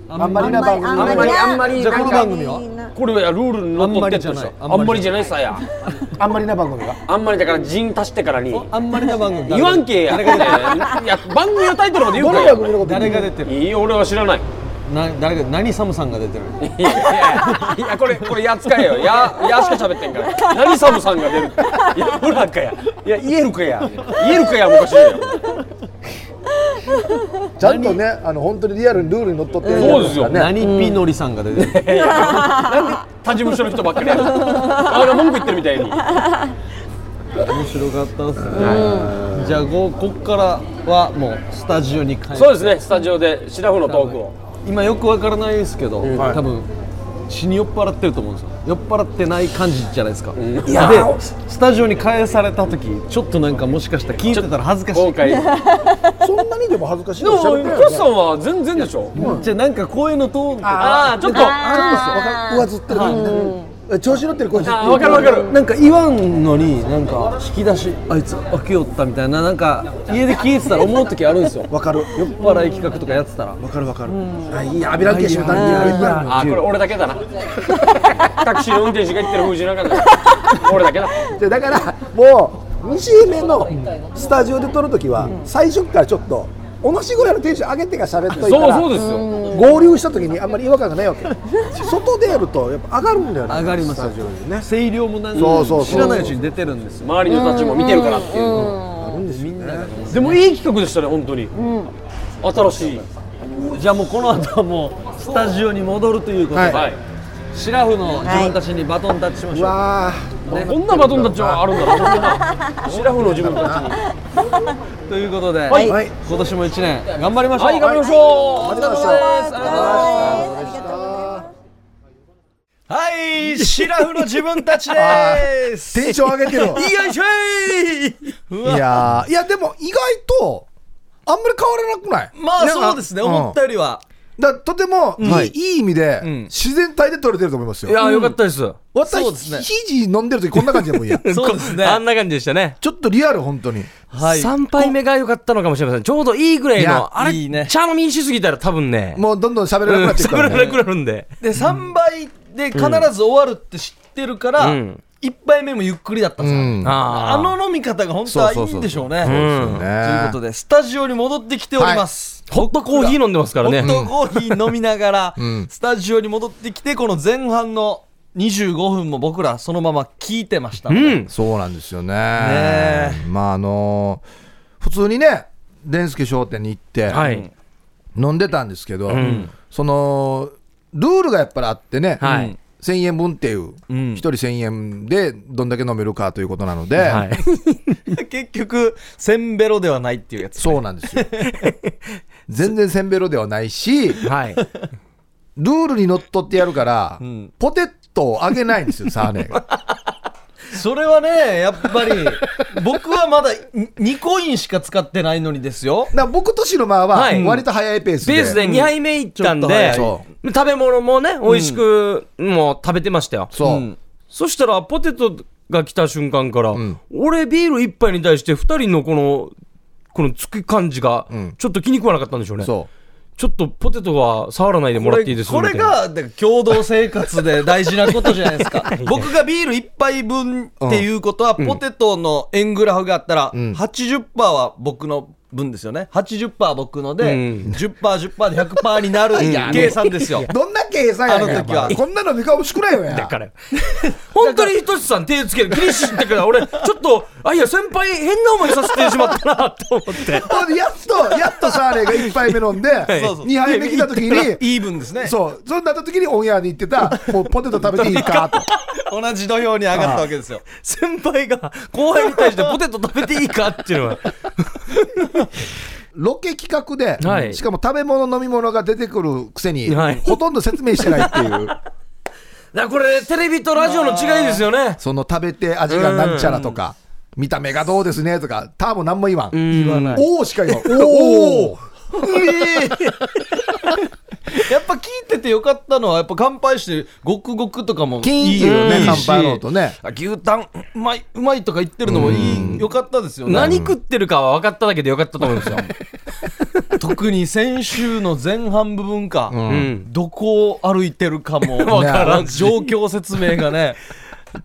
S3: あんまりな番組
S2: あんまり
S4: な
S2: あんまり
S1: じゃあ
S2: なん
S1: この
S2: か
S1: 番組は
S2: これはルールにのっとってってことでしょ
S1: あん
S2: あん
S1: ま
S2: ま
S1: り
S2: り
S1: じ
S2: じ
S1: ゃ
S2: ゃないさや
S3: あんまりな番組が
S2: あんまりだから陣足してからに
S1: あんまりな番組
S2: 言わんけやいや番組のタイトルまで言うか
S3: どの番組の
S2: よ
S3: こと
S1: 誰が出てる
S2: いいよ俺は知らない
S1: な誰が何サムさんが出てる
S2: いやいやいやこれこれやっつかえよややしか喋ってんから何サムさんが出るいやほらかやいや言えるかや言えるかや昔よ
S3: ちゃんとねあの本当にリアルにルールにのっとってやる
S2: そうですよ
S3: ね
S1: 何ピノリさんが出てる、
S2: 他事務所の人ばっかりやるあれ文句言ってるみたいに
S1: 面白かったですね、じゃあここっからはもうスタジオに帰って
S2: そうですねスタジオで白フのトークを
S1: 今よくわからないですけど、
S3: はい
S1: 多分死に酔っ払ってると思うんですよ酔っ払ってない感じじゃないですか、
S3: いや
S1: でスタジオに返された時ちょっとなんかもしかしたら聞いてたら恥ずかし
S2: 後
S1: い
S2: 悔で
S3: そんなにでも恥ずかしい
S2: も
S3: の喋ってない
S2: ク
S3: よ
S2: ッさんは全然でしょ
S1: じゃあなんかこういうのと
S2: ああちょっと
S3: ね上ずってる感じね調子乗ってる感じ
S2: あーわかるわかる
S1: なんか言わんのになんか引き出しあいつ開けよったみたいななんか家で聞いてたら思う時あるんですよ酔っ
S3: わかるよ
S1: 払い企画とかやってたら
S3: わかるわかるあいいやアビランケシュダンディア
S2: あーこれ俺だけだなタクシーの運転手が言ってる風じなんかだ俺だけだ
S3: でだからもう2周目のスタジオで撮るときは最初からちょっと同じぐらいのテンション上げてから喋っといた
S2: そう
S3: ら
S2: そうですよ
S3: 合流したときにあんまり違和感がないわけ外でやるとやっぱ上がるんだよね
S1: 上がります
S3: スタジオにね
S1: 声量もなん
S3: そうそう
S1: か
S3: そう
S1: 知らないうちに出てるんですよ
S2: 周りの人たちも見てるからっていう
S3: あるんですよね
S2: でもいい企画でしたね本当に新しい
S1: じゃあもうこの後はもうスタジオに戻るということで、
S3: は
S2: はい
S1: シラフの自分たちにバトンタッチしまし
S3: う
S1: ょう、
S3: わー
S2: こんなバトンタッチはあるんだ なシラフの自分たちに
S1: ということで、
S2: はい
S3: はい
S1: 今年も1年頑張りましょう、
S2: はい頑張りましょうお疲れ様ですありがとうございます
S1: はいシラフの自分たち です
S3: テンション上げてるわ
S1: よいしょいうわ
S3: いやーいやでも意外とあんまり変わらなくない
S1: まあそうですね、思ったよりは。
S3: だからとてもいい,、
S1: はい
S3: い、い意味で、
S1: ん
S3: 自然体で撮れてると思いますよ。
S2: いやー、よかったです。
S3: 私、
S1: そうですね
S3: 肘飲んでる時こんな感じでもいいや。
S1: そうですね
S7: あんな感じでしたね。
S3: ちょっとリアル、本当に。
S1: はい
S7: 3杯目が良かったのかもしれません。ちょうどいいぐらい
S3: いや
S7: の、あれ、
S1: いいね
S7: 茶飲みしすぎたら多分ね、
S3: もうどんどん喋れなく
S7: うん
S3: な っていくか
S7: 喋
S3: ら
S7: ら
S3: ね、
S7: なくなるんで。
S1: で3倍で必ず終わるって知ってるから、
S7: うん
S1: 1杯目もゆっくりだったんですよ、
S3: うん
S7: あ
S1: あの飲み方が本当はいいんでしょうね。
S7: うん。
S1: ということでスタジオに戻ってきております。
S7: ホットコーヒー飲んでますからね。
S1: ホットコーヒー飲みながら、
S3: ん
S1: スタジオに戻ってきてこの前半の25分も僕らそのまま聞いてましたの
S7: う
S1: で、
S7: ん。
S3: そうなんですよね。
S1: ね
S3: まああのー普通にね、デンスケ商店に行って、
S7: はい。
S3: 飲んでたんですけど、
S7: ん
S3: そのルールがやっぱりあってね、
S7: はい
S3: 1000円分っていう、一
S1: ん
S3: 1人1000円でどんだけ飲めるかということなので、
S7: はい。
S1: 結局せんべろではないっていうやつ
S3: そうなんですよ。全然せんべろではないし、
S7: はい。
S3: ルールにのっとってやるから、
S1: ん
S3: ポテトをあげないんですよ、サーネが。
S1: それはねやっぱり僕はまだ2コインしか使ってないのにですよ
S3: だから僕とシロマは
S7: はい
S3: 割と早いペースで。
S7: ベースで2杯目いったん
S1: ちょっと早い、
S7: で
S3: そ
S7: 食べ物もね、美味しく、もう食べてましたよ。
S3: そう、
S1: うん
S7: そしたら、ポテトが来た瞬間から、
S3: ん
S7: 俺ビール1杯に対して2人のこの、このつく感じが
S3: ん、
S7: ちょっと気に食わなかったんでしょうね。
S3: そう。
S7: ちょっとポテトは触らないでもらっていいです
S1: これ
S7: み
S1: こ
S7: た
S1: れ
S7: いな
S1: がだから共同生活で大事なことじゃない ですか僕がビール1杯分っていうことは、ポテトの円グラフがあったら、
S3: ん
S1: 80%は僕の分ですよね80%は僕ので、
S7: うん
S1: 10%10% で100%に なる計算ですよ
S3: どんな計算やねん
S1: あの時は
S3: お前こんなの見顔しくないよや。
S7: から。 本当にひとしさん手つける、気にしてから、俺、ちょっと、あ、いや、先輩変な思いさせてしまったな、と 思って。
S3: ほんでやっと、やっとサーレが1杯目飲んで、
S1: そうそう
S3: 2杯目来た時に、
S1: イーブンですね
S3: そう、そうなった時にオンエアに行って た、もうポテト食べていいかと。
S1: 同じ土俵に上がったわけですよ
S7: 先輩が後輩に対してポテト食べていいかっていうのは。
S3: ロケ企画で、
S7: はい
S3: しかも食べ物、飲み物が出てくるくせに、
S7: はい
S3: ほとんど説明してないっていう、
S7: だからこれ、テレビとラジオの違いですよね。
S3: その食べて味がなんちゃらとか、見た目がどうですねとか、ターボなんも言わん。
S7: 言わない。
S3: おーしか言 わん。おー
S1: やっぱ聞いててよかったのはやっぱ乾杯してごくごくとかも
S3: キーン
S1: いい
S3: っていうね
S1: いいし
S3: 乾杯の音ね
S1: あ牛タンうまいうまいとか言ってるのもいいよかったですよね
S7: 何食ってるかは分かっただけでよかったと思うんですよ。
S1: 特に先週の前半部分か、
S7: ん
S1: どこを歩いてるか も
S7: わからんし
S1: 状況説明がね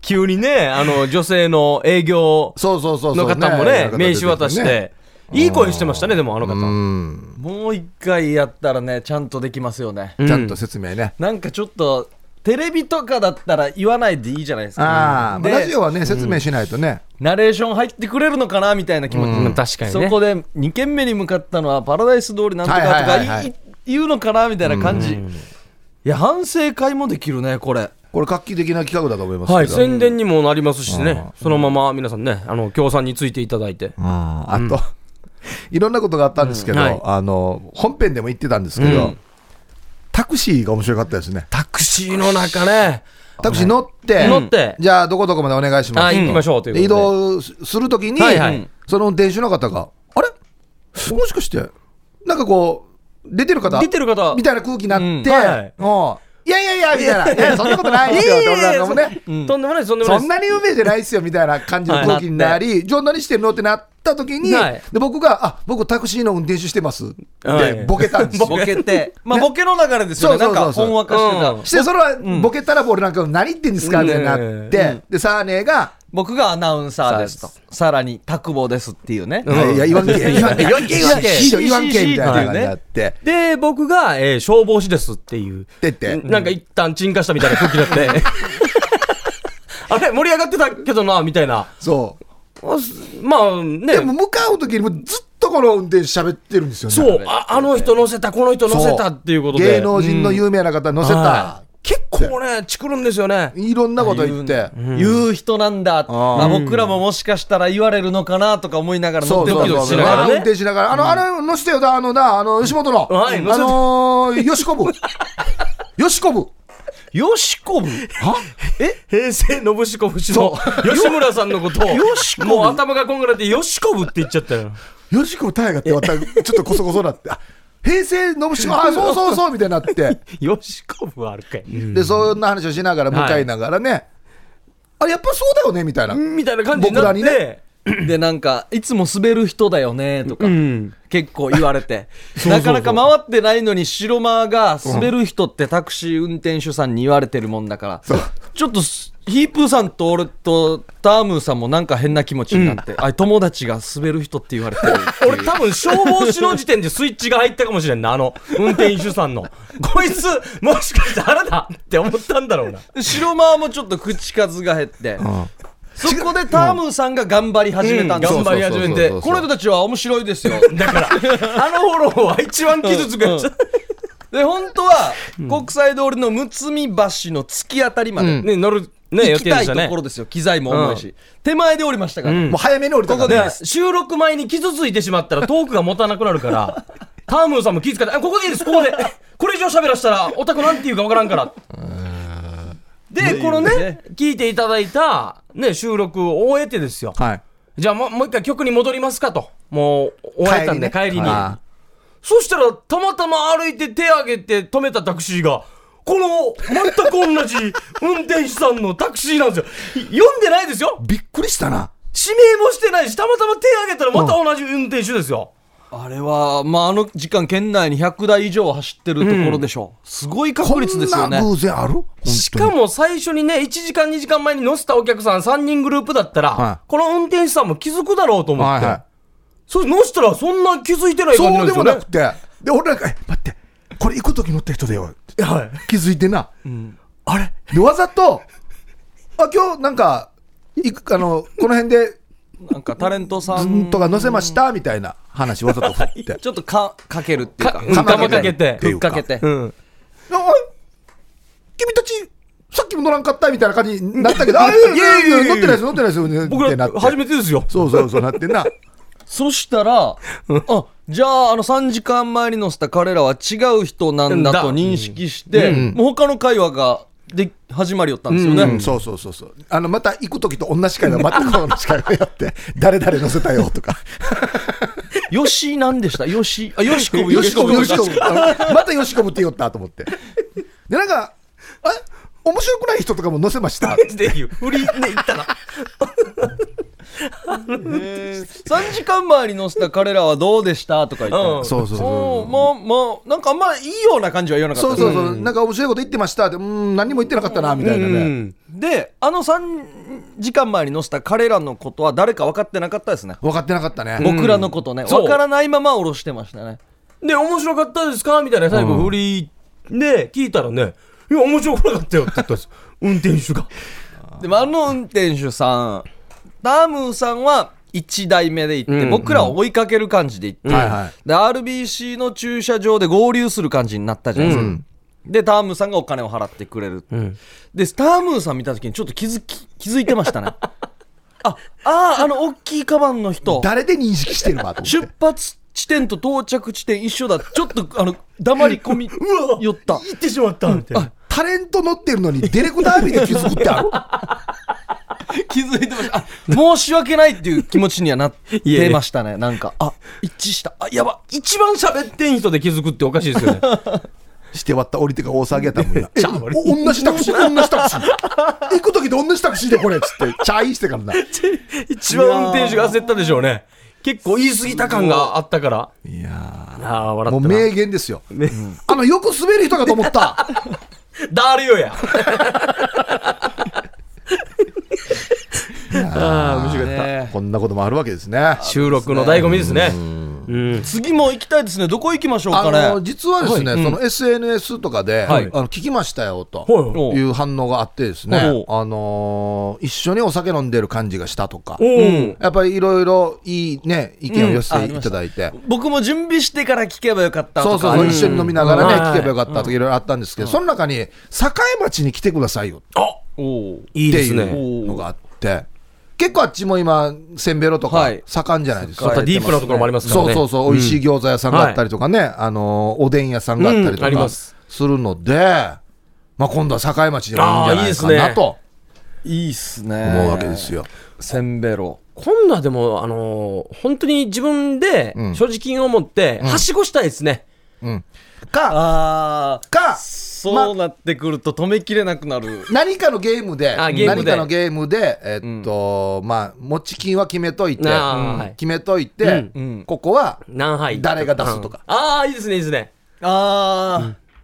S7: 急にね、あの、女性の営業
S3: そうそうそうそ
S7: の
S3: う、
S7: 方もね、名刺渡し
S3: 出るね
S7: て、いい声してましたね、でもあの方。
S3: うん、
S1: もう一回やったらねちゃんとできますよね、
S7: うん
S3: ちゃんと説明ね。
S1: なんかちょっとテレビとかだったら言わないでいいじゃないです
S3: あ
S1: か
S3: あ、まあ
S1: で
S3: ラジオはね、説明しないとね。
S1: ナレーション入ってくれるのかなみたいな気持ち、
S7: うん確かにね
S1: そこで2軒目に向かったのはパラダイス通りなんとかと
S3: はいはい
S1: か
S3: はいはい
S1: いい言うのかなみたいな感じ、いや反省会もできるねこれ
S3: これ画期的な企画だと思います
S7: はい、
S3: けど、
S7: 宣伝にもなりますしね、そのまま皆さんね、あの、協賛についていただいて。
S3: うんあと、 いろんなことがあったんですけど、
S7: うんはい
S3: あの本編でも言ってたんですけど、
S7: うん
S3: タクシーが面白かったですね
S7: タクシーの中ね、
S3: タクシー乗って、
S7: 乗って
S3: じゃあどこどこまでお願いしま
S7: あ
S3: す
S7: 行きましょうということ
S3: で
S7: で
S3: 移動するときに、
S7: はいはい
S3: その運転手の方があれもしかしてなんかこう出てる方
S7: 出てる方
S3: みたいな空気になって、
S7: うんはい
S3: もういやいやいやみたいな、いやそんなことないですよ、って俺なんかもね、
S7: とんでもないです、とんでもな
S3: そん
S7: いです。
S3: なに有名じゃないですよみたいな感じの空気になり、じゃあ何してるのってなった時に、
S7: はい
S3: で僕が、あ僕、タクシーの運転手してますって
S7: はい
S3: ボケたんですよ。
S1: ボケて、 まあ、ボケの流れですよね、
S3: そ
S1: な
S3: うんそうそう
S1: か
S3: そう
S1: ほんわかしてた、
S7: うん
S3: して、それはボケたら、俺なんか、何言ってんですかってなって、で、サーネーが、
S1: 僕がアナウンサーですと、さらに、タクボですっていうね、
S3: いや、言わんけ、言わんけ、言わんけ、言わんけ、言わんけ、みたいな感じになって、
S7: で、僕が、えー消防士ですっていう。
S3: 出て、
S7: なんか一旦鎮火したみたいな空気 だって。あれ盛り上がってたけどな、みたいな。
S3: そう。
S7: あすまあね
S3: で。も、向かう時にもずっとこの運転手喋ってるんですよね。
S7: そう、ああの人乗せた、この人乗せたっていうことで。
S3: 芸能人の有名な方乗
S7: 乗
S3: せた、
S7: 結構ね、チクるんですよね。
S3: いろんなこと言って、
S1: 言う人なんだ、まあ、僕らももしかしたら言われるのかなとか思いながら乗
S3: そ
S1: っ
S3: う
S1: て
S3: そ
S1: る
S3: う
S1: け
S3: そう
S1: ど、
S3: そ
S1: 知
S3: う。
S1: ら
S3: あ
S1: な
S3: の運
S1: いね、
S3: 転しながら、あの、あれ乗せてよな、あのな、あの、吉本の、
S7: はい乗せ
S3: あ
S7: て
S3: のー、よしこ ぶ。よしこぶ。
S1: よしこぶ、
S7: 平成のぶしこぶしの吉村さんのことを、もう頭がこんがらって、よしこぶって言っちゃったよ。
S3: よしこぶ大河ってまた、ちょっとこそこそなって、あ平成のぶしああそうそうそうみたいになって
S7: よしこぶはあるかい。
S3: でそんな話をしながら向かいながらね、あやっぱそうだよねみたいな
S7: みたいな感じにな
S3: 僕ら
S7: って、
S3: にね
S1: でなんかいつも滑る人だよねとか、
S7: ん
S1: 結構言われ てなかなか回ってないのに白間が滑る人ってタクシー運転手さんに言われてるもんだからちょっとすヒープーさんと俺とタームーさんもなんか変な気持ちにな って、あ友達が滑る人って言われてるって いう
S7: 俺多分消防士の時点でスイッチが入ったかもしれんな、あの、運転手さんの。こいつ、もしかしてあなたって思ったんだろうな。
S1: で白間もちょっと口数が減って、そこでタームーさんが頑張り始めたんですよ、
S7: うん頑張り始め
S1: そ
S7: て
S1: うそうそうそうこの人たちは面白いですよ
S7: だから、あのフォローは一番傷つくやつ。
S1: で本当は国際通りのむつみ橋の突き当たりまで、
S7: ね、乗る、ね、
S1: 行
S7: 予
S1: き
S7: 定で
S1: たい
S7: した
S1: と
S7: ね
S1: こ。ろですよ、機材も重いし、手前で降りましたから、
S3: もう早めに降りたから、
S7: で
S3: ね、
S7: 収録前に傷ついてしまったらトークが持たなくなるから、タームーさんも気遣って、あここでいいです、ここで。これ以上喋らしたら、オタクなんて言うかわからんから。で、このね、聞いていただいた、ね、収録を終えてですよ。
S3: はい
S7: じゃあもう、もう一回曲に戻りますかと。もう、終えたんで、帰り
S3: 帰
S7: に。そしたら、たまたま歩いて手挙げて止めたタクシーが、この、全く同じ運転手さんのタクシーなんですよ。読んでないですよ。
S3: びっくりしたな
S7: 指名もしてないし、たまたま手挙げたらまた同じ運転手ですよ。
S1: あれは、まあ、あの時間、県内に100台以上走ってるところでしょう、すごい確率ですよね
S3: こんな。偶然ある
S7: しかも最初にね、1時間2時間前に乗せたお客さん3人グループだったら、
S3: はい
S7: この運転手さんも気づくだろうと思っ
S3: はい
S7: て。
S3: は
S7: そう、乗せたらそんな気づいてない
S3: い、
S7: 感じな
S3: そ
S7: ん
S3: う
S7: で
S3: です
S7: よ
S3: も
S7: ね。
S3: なくてで俺なんかえ待ってこれ行く時乗った人だよ
S7: はい。
S3: 気づいてな、あれでわざとあ今日なんかいくあのこの辺で
S1: なんかタレントさ
S3: ず
S1: ん
S3: んとか載せましたみたいな話わざ と振って
S1: ちょっとかかけるっていうか、
S7: うんかけて
S3: ていう
S1: かけて、
S7: うん。
S3: あおい君たちさっきも乗らんかったみたいな感じになったけどあ いやいやいやいや乗ってないですよ乗ってないですよね
S7: 僕
S3: ってな
S7: ら
S3: って
S7: 初めてですよ。
S3: そうそうそうなってな
S1: そしたら、あじゃあ、あの3時間前に乗せた彼らは違う人なんだと認識して、もう他の会話がで始まりよったんですよね。
S3: うんそうそうそうそうあのまた行く時と同じ会話全く同じ会話やって誰々乗せたよとか
S1: よしなんでしたよし、あ、よしこぶ、
S3: よしこぶよしこ
S1: よ
S3: ぶあのまたよしこぶって言おったと思ってでなんかあ面白くない人とかも乗せました
S7: っていう。振りね、言ったら。
S1: 3時間前に乗せた彼らはどうでしたとか言って、
S7: うん
S3: そうそうそう
S1: おーまあまあなんかあんまいいような感じは言わなかった
S3: そうそうそう、なんか面白いこと言ってましたって、うーん、何も言ってなかったな、みたいなね。
S1: であの3時間前に載せた彼らのことは誰か分かってなかったですね、
S3: 分かってなかったね。
S1: 僕らのことね
S7: そう
S1: 分からないまま下ろしてましたね
S7: で、面白かったですかみたいな最後振りで聞いたらね、いや、面白くなかったよって言ったんですよ。運転手が。
S1: でもあの運転手さんタームーさんは1台目で行って、僕らを追いかける感じで行って、
S3: はいはい
S1: で RBC の駐車場で合流する感じになったじゃないですか、でタームーさんがお金を払ってくれる、でタームーさん見た時にちょっと気づき気づいてましたね ああーあの大きいカバンの人
S3: 誰で認識してる わと思っ
S1: 出発地点と到着地点一緒だちょっとあの黙り 込み寄った
S7: 行ってしまったみたいな
S3: て。。タレント乗ってるのに、デレクタービーで気づくってある
S1: 気づいてましたあ申し訳ないっていう気持ちにはなってましたねなんかあ一致したあやば
S7: 一番喋ってん人で気づくっておかしいですよね。
S3: して割った降りてから大騒ぎやったもん な。え
S7: ちゃう
S3: お同じタクシ ー、同じタクシー。行く時と同じタクシーでこれっつって、チャイして からな。い
S7: 一番運転手が焦ったでしょうね。結構言い過ぎた感があったから。
S3: や
S7: ああ、
S3: ー
S7: 笑
S3: もう
S7: ったな。
S3: 名言ですよ。うんあの、よく滑る人かと思った。
S7: 誰よや。ああ、面白かった。
S3: こんなこともあるわけですね。
S7: 収録の醍醐味ですね。うん。
S1: 次も行きたいですねどこ行きましょうかね
S3: あの実はですね、その SNS とかで、
S7: はい
S3: あの聞きましたよと
S7: はい
S3: いう反応があってですね、
S1: はい
S3: あのー一緒にお酒飲んでる感じがしたとか、
S7: おー
S3: やっぱりいろいろいいね、意見を寄せていただいて、
S1: 僕も準備してから聞けばよかった
S3: そ
S1: と
S3: うそう
S1: か
S3: そう、一緒に飲みながらね、
S7: うん
S3: 聞けばよかったとかいろいろあったんですけど、その中に、栄町に来てくださいよっ
S7: あ
S1: おう
S7: いい
S3: て
S7: で
S3: い
S7: すね。
S3: うのがあって、結構あっちも今、せんべろと
S1: は
S3: か
S1: い
S3: 盛んじゃないですか。
S7: またディープなところもありますから
S3: そ
S7: ね。
S3: うそうそう、美味しい餃子屋さんがあったりとかね、あのおでん屋さんがあったりと
S7: うんありま
S3: か
S7: す
S3: するので、まあ、今度は境町でもいいんじゃ
S7: あーいい
S3: な
S7: で
S3: い
S7: す
S3: か
S7: ね
S3: なと
S1: いいっすね
S3: 思うわけですよ。
S1: せんべろ
S7: こんなでも、あのー本当に自分で
S3: ん
S7: 所持金を持って、はしごしたいですね。
S3: か、
S1: あー
S3: か、
S1: そうなってくると止めきれなくなる、
S3: 何かのゲームで、
S7: あゲーム
S3: 何
S7: で
S3: かのゲームで、えっと、まあ、持ち金は決めといて、
S7: あー
S3: うん
S7: はい
S3: 決めといて、
S1: うん
S3: ここは、
S7: 何杯
S3: 誰が出すとか
S7: うんああいいですねいいですね
S1: ああ、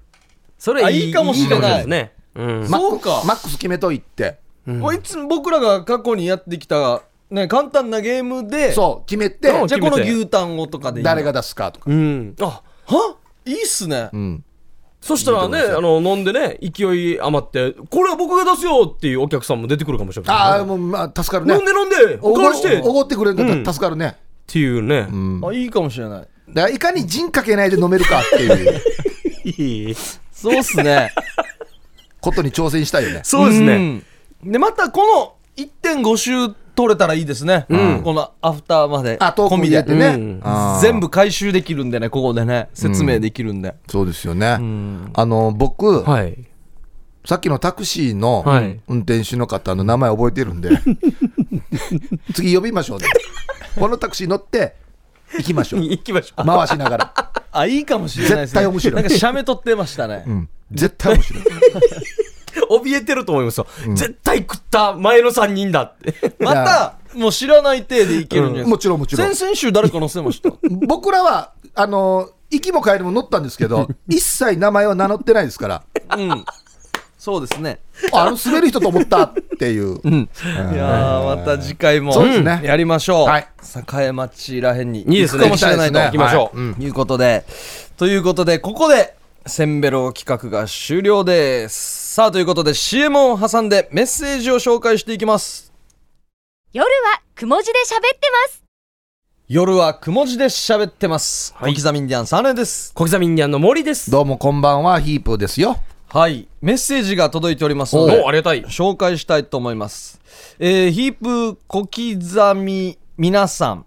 S7: それ
S1: あいいかもしれない
S7: ですねうん
S3: マック
S1: そうか
S3: マックス決めといて、
S1: もういつも僕らが過去にやってきた、ね、簡単なゲームで
S3: そう、決めて、
S1: じゃあこの
S7: 決めて
S1: 牛タンをとかでいい
S3: 誰が出すかとか。
S7: うんあ
S1: いいっすね、
S3: うん。
S7: そしたらねあの飲んでね勢い余ってこれは僕が出すよっていうお客さんも出てくるかもしれない
S3: ああ、もう、まあ、助かるね。
S7: 飲んで飲んで
S3: お
S7: お
S3: ご
S7: かわりしてっ
S3: おごってくれるんだったら助かるね。
S7: ていうね。
S1: あいいかもしれない
S3: だからいかに陣かけないで飲めるかっていう
S1: そうっす ね
S3: ことに挑戦したいよね
S7: そうですね
S1: うんでまたこの1.5周取れたらいいですね、このアフターまで
S3: あ、トーク
S1: 込
S3: も
S1: み
S3: 入
S1: で
S3: れてね。
S7: うん
S3: あー
S1: 全部回収できるんでねここでね説明できるんで、
S3: そうですよね。あの、僕、
S7: はい
S3: さっきのタクシーの
S7: はい
S3: 運転手の方の名前覚えてるんで、次呼びましょうね。このタクシー乗って行きましょう。
S7: 行きましょう
S3: 回しながら。
S1: あいいかもしれないですね
S3: 絶対面白い
S1: なんか写メ撮ってましたね、
S3: うん。絶対面白い。
S7: 怯えてると思いますよ絶対食った前の3人だって
S1: またもう知らない体でいけるんじゃないですか、
S3: もちろんもちろん。
S1: 先々週誰か載せま した
S3: 僕らは、あの、行きも帰りも乗ったんですけど、一切名前は名乗ってないですから、
S1: うんそうですね
S3: ああの滑る人と思ったっていう。
S1: いやーまた次回も
S3: そうですね
S1: やりましょう、
S3: はい
S1: 栄町らへんに
S7: いい
S1: 行
S7: です
S1: く
S7: ね
S1: かもしれないと
S3: 行
S7: きましょう
S1: はいいうことでということでここでセンベロ企画が終了ですさあということで CM を挟んでメッセージを紹介していきます
S6: 夜はくも字で喋ってます
S1: 夜はくも字で喋ってます、小刻みインディアンサネです
S7: 小刻みインディアンの森です
S3: どうもこんばんは、ヒープーですよ。
S1: はいメッセージが届いております
S7: お
S1: ので
S7: おありがたい
S1: 紹介したいと思います。えーヒープー小刻み皆さん、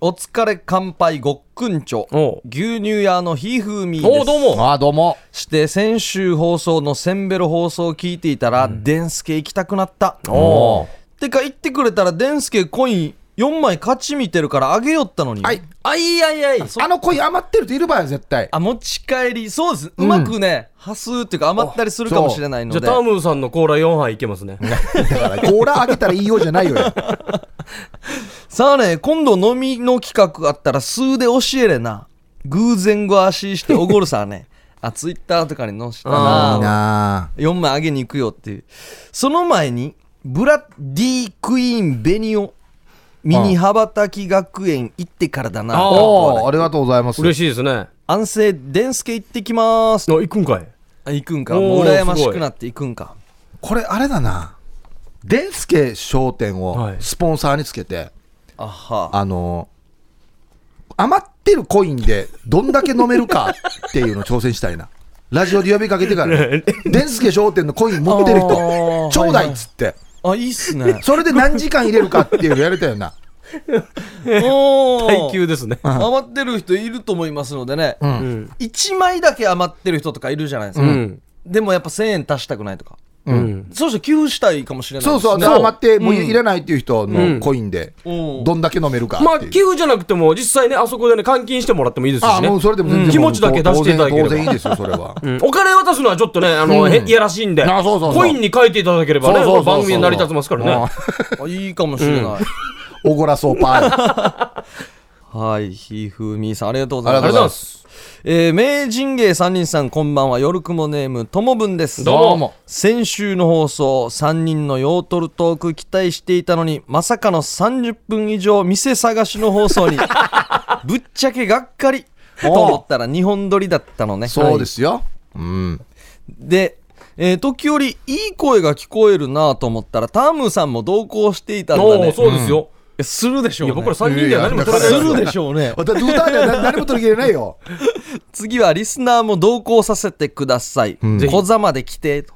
S1: お疲れ乾杯ごっくんちょ
S7: おう、
S1: 牛乳屋のひーふーみーです。
S7: おうどうも
S3: ああ、どうも。
S1: して、先週放送のセンベロ放送を聞いていたら、デンスケ行きたくなった。
S7: おう
S1: てか、言ってくれたらデンスケコイン4枚勝ち見てるからあげよったのに。
S3: はい。
S7: あいあいあい
S3: あの恋余ってる人いる場合は絶対。
S1: あ、持ち帰り、そうです。うまくね、端数っていうか余ったりするかもしれないの
S7: じゃ
S1: で。
S7: あタームーさんのコーラ4杯いけますね
S3: だから、 コーラ あげたらいいよじゃないよ。
S1: さあね、今度飲みの企画あったら数で教えれな。偶然ご足 しておごるさね。あ、ツイッターとかに載した
S7: あーい
S1: な。
S7: い
S3: なあ。
S1: 4枚あげに行くよっていう。その前に、ブラッディクイーンベニオ、ミニ羽ばたき学園行ってからだな。
S7: あー
S3: おお、ありがとうございます。
S7: 嬉しいですねあ
S1: 安静、デンスケ行ってきます。
S7: 行くんかい
S1: あ行くんか。も
S7: おー
S1: う羨まし
S7: すご
S1: く
S7: い
S1: なって行くんか。
S3: これ、あれだな。デンスケ商店を
S7: はい
S3: スポンサーにつけて、
S1: あは。
S3: あの余ってるコインでどんだけ飲めるかっていうのを挑戦したいな。ラジオで呼びかけてから、 ね、デンスケ商店のコイン持ってる
S1: あー
S3: 人、ちょうだいっつって、。
S1: あ、いいっすね
S3: それで何時間入れるかっていうのやれたよな。
S1: おー
S7: 耐久ですね
S1: 余ってる人いると思いますのでね、1枚だけ余ってる人とかいるじゃないですか、
S7: うん
S1: でもやっぱ1000円足したくないとか、
S7: うん
S1: そうしたら寄付したいかもしれない
S3: そう
S1: です
S3: そう、で
S1: ね
S3: 余って、もう入れないっていう人のコインで、
S1: うん
S3: どんだけ飲めるか
S7: まあ
S3: って
S7: 寄
S3: いう。
S7: 付じゃなくても実際ねあそこでね換金してもらってもいいです
S3: あ
S7: し
S3: あ、
S7: ね
S3: もうそれでも全然、
S7: 気持ちだけ出していただければ
S3: 当然当然いいですよ、それは。
S7: うんお金渡すのはちょっとねあの、へいやらしいんで
S3: あそうそうそう
S7: コインに書いていただければね
S3: そうそうそうそう
S7: 番組に成り立ちますからね
S1: あいいかもしれない、
S3: おごらそう、パ ー。
S1: はいひふみーさんありがとうございます、
S3: ありがとうございます
S1: えー名人芸3人さんこんばんは夜雲ネームともぶんです
S7: どうもどうも
S1: 先週の放送3人のヨートルトーク期待していたのにまさかの30分以上店探しの放送にぶっちゃけがっかりと思ったら2本撮りだったのね
S3: そうですよ。うん。
S1: で、えー時折いい声が聞こえるなと思ったらタームーさんも同行していたんだ
S7: おお
S1: ね
S7: そうですよ、
S1: えするでしょう
S7: い
S1: ね
S7: や僕ら3人では何も取れない
S1: す
S7: ですよ
S1: るでしょうね
S3: また、ドゥーターではな 何も取り切れないよ。
S1: 次はリスナーも同行させてください、
S7: ぜひ
S1: 小座まで来てと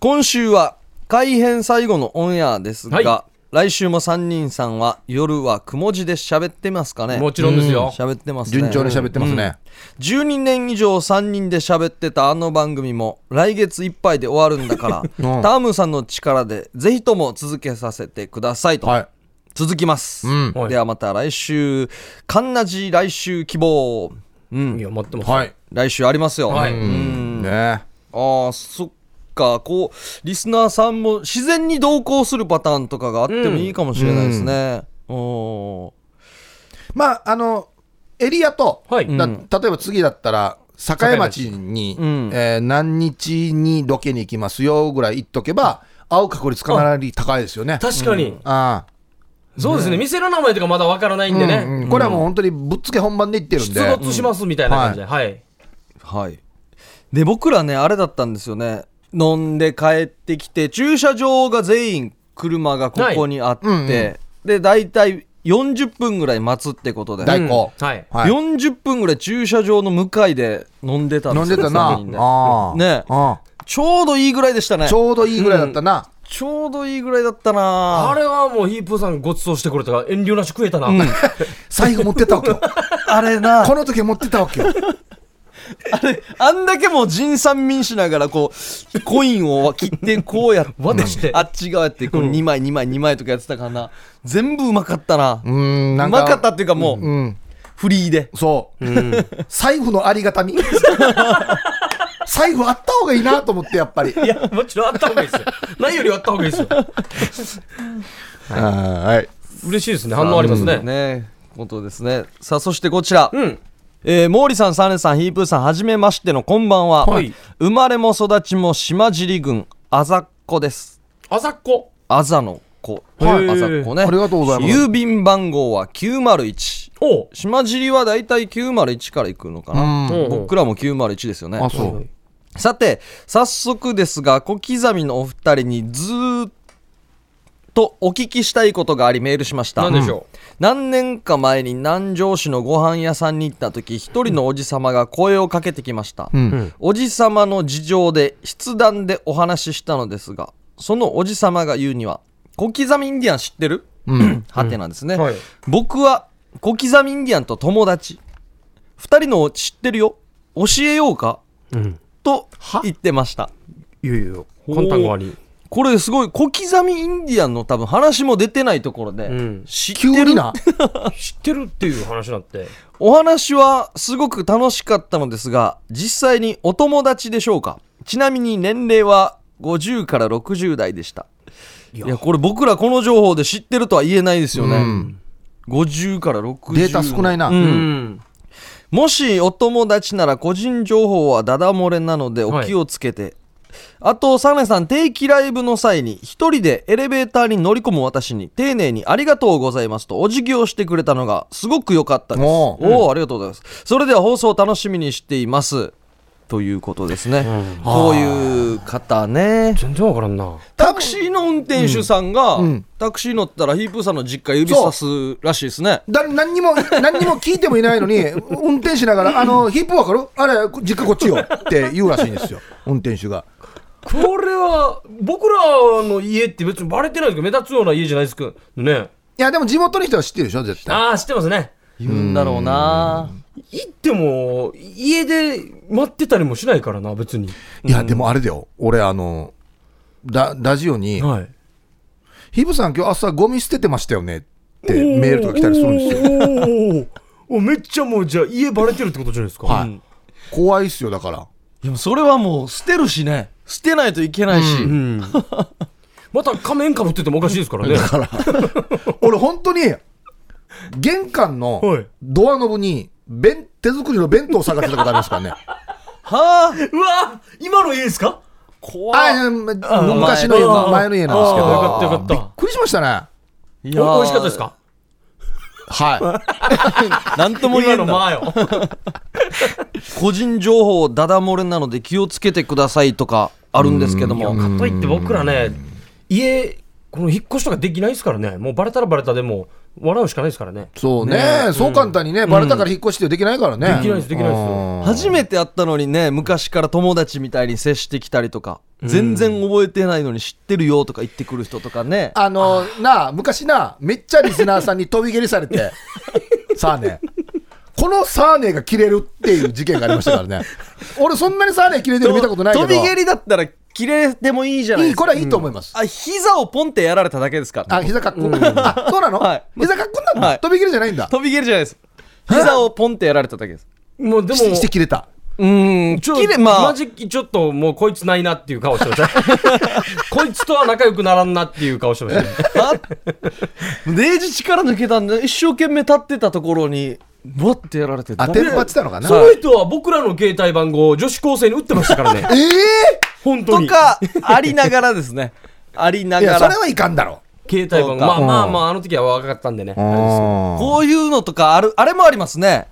S1: 今週は改編最後のオンエアですが、
S7: は
S1: 来週も3人さんは夜はくも字で喋ってますかね
S7: もちろんですよ、
S1: 喋ってますね
S3: 順調に喋ってますね。
S1: 12年以上3人で喋ってたあの番組も来月いっぱいで終わるんだから、タームさんの力でぜひとも続けさせてくださいと、
S3: はい。
S1: 続きます、
S3: ん
S1: ではまた来週カンナジ来週希望
S7: いや、待ってます。
S3: はい。
S1: 来週ありますよ。
S7: はい
S3: うん。ね
S1: ああ、そっか。こう、リスナーさんも自然に同行するパターンとかがあってもいいかもしれないですね。お
S3: まあ、あの、エリアと、
S7: はい
S3: だ例えば次だったら、栄町に、えー何日にロケに行きますよぐらい言っとけば、会う確率かなり高いですよね。
S7: 確かに。
S3: ああ
S7: そうですね。店の名前とかまだわからないんで
S3: うんう
S7: ね。
S3: んこれはもう本当にぶっつけ本番で言ってるん
S7: 出
S3: で。
S7: 没しますみたいな感じで。はい。
S1: ーはい。で、僕らね、あれだったんですよね。飲んで帰ってきて、駐車場が全員車がここにあって、
S3: はいうんうん
S1: で、大体40分ぐらい待つってことで。
S3: 大根。
S7: はい。
S3: はい
S1: 40分ぐらい駐車場の向かいで飲んでたん
S3: 飲
S1: で
S3: ん
S1: すよ
S3: でたな。
S1: 三人で
S3: ああ
S1: ね
S3: あ
S1: ちょうどいいぐらいでしたね
S3: あちょうどいいぐらいだったな。
S1: ちょうどいいぐらいだったな
S7: あれはもうヒープーさんご馳走してくれたから遠慮なし食えたな。
S3: 財布持ってったわ けよ。
S1: あれな
S3: この時持ってったわけよ。
S1: あれあんだけもう人産民しながらこうコインを切ってこうやって
S7: 渡して
S1: あっち側やってこう2枚2枚2枚とかやってたからな全部うまかったな
S3: うーん、
S1: う
S3: なんか。
S1: まかったっていうかもう、
S3: うん。
S1: フリーで
S3: そう。財布のありがた み。財布あった方がいいなと思って、やっぱり。
S7: いや、もちろんあった方がいい ですよ。ないよりはあった方がいいですよ。
S3: はい。
S7: 嬉しいですね。反応ありますね。
S1: ねことですねさあそしてこちら、
S7: うん。
S1: えー、毛利さん、サネさん、ヒープーさん、はじめましてのこんばんは。
S7: はい
S1: 生まれも育ちも島尻郡あざっこです。
S7: あざっこ。
S1: あざの子。
S7: はい
S1: あざっこね。
S3: ありがとうございます
S1: 郵便番号は901。
S7: おう。
S1: 島尻はだいたい901から行くのかな。
S7: うん
S1: 僕らも901ですよね。
S3: あ、そう。
S1: さて、早速ですが、小刻みのお二人にずーっとお聞きしたいことがありメールしました。
S7: なんでしょ
S1: 何年か前に南城市のご飯屋さんに行った時一人のおじさまが声をかけてきました、
S3: ん
S1: おじさまの事情で筆談でお話ししたのですがそのおじさまが言うには「小刻みインディアン知ってる?」 はてなんですね、
S7: う。はい。
S1: 僕は小刻みインディアンと友達二人のを知ってるよ教えようか、と言ってました
S7: いやいや、簡単語あり。
S1: これすごい小刻みインディアンの多分話も出てないところで、
S7: ん
S1: 知って
S3: 急
S1: る
S3: にな。
S7: 知ってるっていう話なんて。
S1: お話はすごく楽しかったのですが、実際にお友達でしょうかちなみに年齢は50から60代でした。いや、これ僕らこの情報で知ってるとは言えないですよね。50から60
S3: データ少ないな。
S7: う
S3: うん
S7: ん。
S1: もしお友達なら個人情報はダダ漏れなのでお気をつけて、あとサネさん定期ライブの際に一人でエレベーターに乗り込む私に丁寧に「ありがとうございます」とお辞儀をしてくれたのがすごく良かったですお
S3: お
S1: おー、ありがとうございますそれでは放送を楽しみにしていますということですね、こういう方ね
S7: 全然わからんな。
S1: タクシーの運転手さんが、
S3: ん
S1: タクシー乗ったらヒープーさんの実家指さすらしいですね
S3: だ何にも、何にも聞いてもいないの に、運転しながら、あの、ヒップわかるあれ、実家こっちよって言うらしいんです よ、運転手が。
S7: これは、僕らの家って別にバレてないですけど、目立つような家じゃないですけど。ね。
S3: いや、でも地元の人は知ってるでしょ、絶対。
S7: ああ、知ってますね。
S1: 言うんだろうな
S7: 行っても、家で待ってたりもしないからな、別に。
S3: いや、でもあれだよ、俺、あの、ララジオに、
S7: はい。
S3: ヒブさん、今日朝、ゴミ捨ててましたよねってメールとか来たりするんですよ。
S7: よ。おおめっちゃもうじゃあ家バレてるってことじゃないですか。
S3: はい
S7: うん
S3: 怖いっすよ、だから。
S1: でもそれはもう捨てるしね捨てないといけないし、
S7: また仮面かぶっててもおかしいですからね。
S3: 俺、本当に、玄関
S7: は
S3: の
S7: い
S3: ドアノブに、弁手作りの弁当を探してたことあります からね。
S1: はあ
S7: うわ今の家ですか
S1: 怖っ
S3: あいやま昔の家
S7: あー
S3: 前の家なんですけど。
S7: あーよかったよかった
S3: びっくりしましたね。
S1: い
S7: お美味しかったですか
S3: は
S1: なんとも言
S7: 今
S1: えん
S7: の
S1: な
S7: まあよ。
S1: 個人情報ダダ漏れなので気をつけてくださいとかあるんですけども
S7: といって僕らね、家、この引っ越しとかできないですからね。もうバレたらバレたでも、笑うしかないですからね。
S3: い。そうね。そう簡単にね、バレたから引っ越しってできないからね。
S7: できないですできないです
S3: うん
S1: 初めて会ったのにね昔から友達みたいに接してきたりとか全然覚えてないのに知ってるよとか言ってくる人とかね
S3: あの、なあ、昔な、めっちゃリスナーさんに飛び蹴りされて、サーネ。このサーネが切れるっていう事件がありましたからね。俺そんなにサーネ切れてるの見たことないけど。
S1: 飛び蹴りだったら切れてもいいじゃない
S3: い
S1: で
S3: い、
S1: すか
S3: これはいいと思います。
S1: あ膝をポンってやられただけですから
S3: あ、膝かっこ。あ、そうなの
S1: はい
S3: 膝かっこなんだ。
S1: はい
S3: 飛び蹴りじゃないんだ。
S1: 飛び蹴りじゃないです膝をポンってやられただけです
S7: もうでも、
S3: しして切れた。
S1: うん
S7: ちょ
S1: きれまあ
S7: マジちょっともうこいつないなっていう顔 してました。こいつとは仲良くならんなっていう顔してました。
S1: レジ力抜けたんで一生懸命立ってたところにボッてやられて
S3: 当てるばってたのかな。
S7: その人は僕らの携帯番号を女子高生に打ってましたからね。
S3: え
S7: 本当
S1: と
S7: に。
S1: かありながらです ねありな
S3: えい
S1: が
S3: や、そ
S1: ら
S3: れはいかんだろ。
S7: 携帯番号。まあまあまあ、あの時は若かったんでね。
S3: こ
S1: こういうのとかあるあれもありますね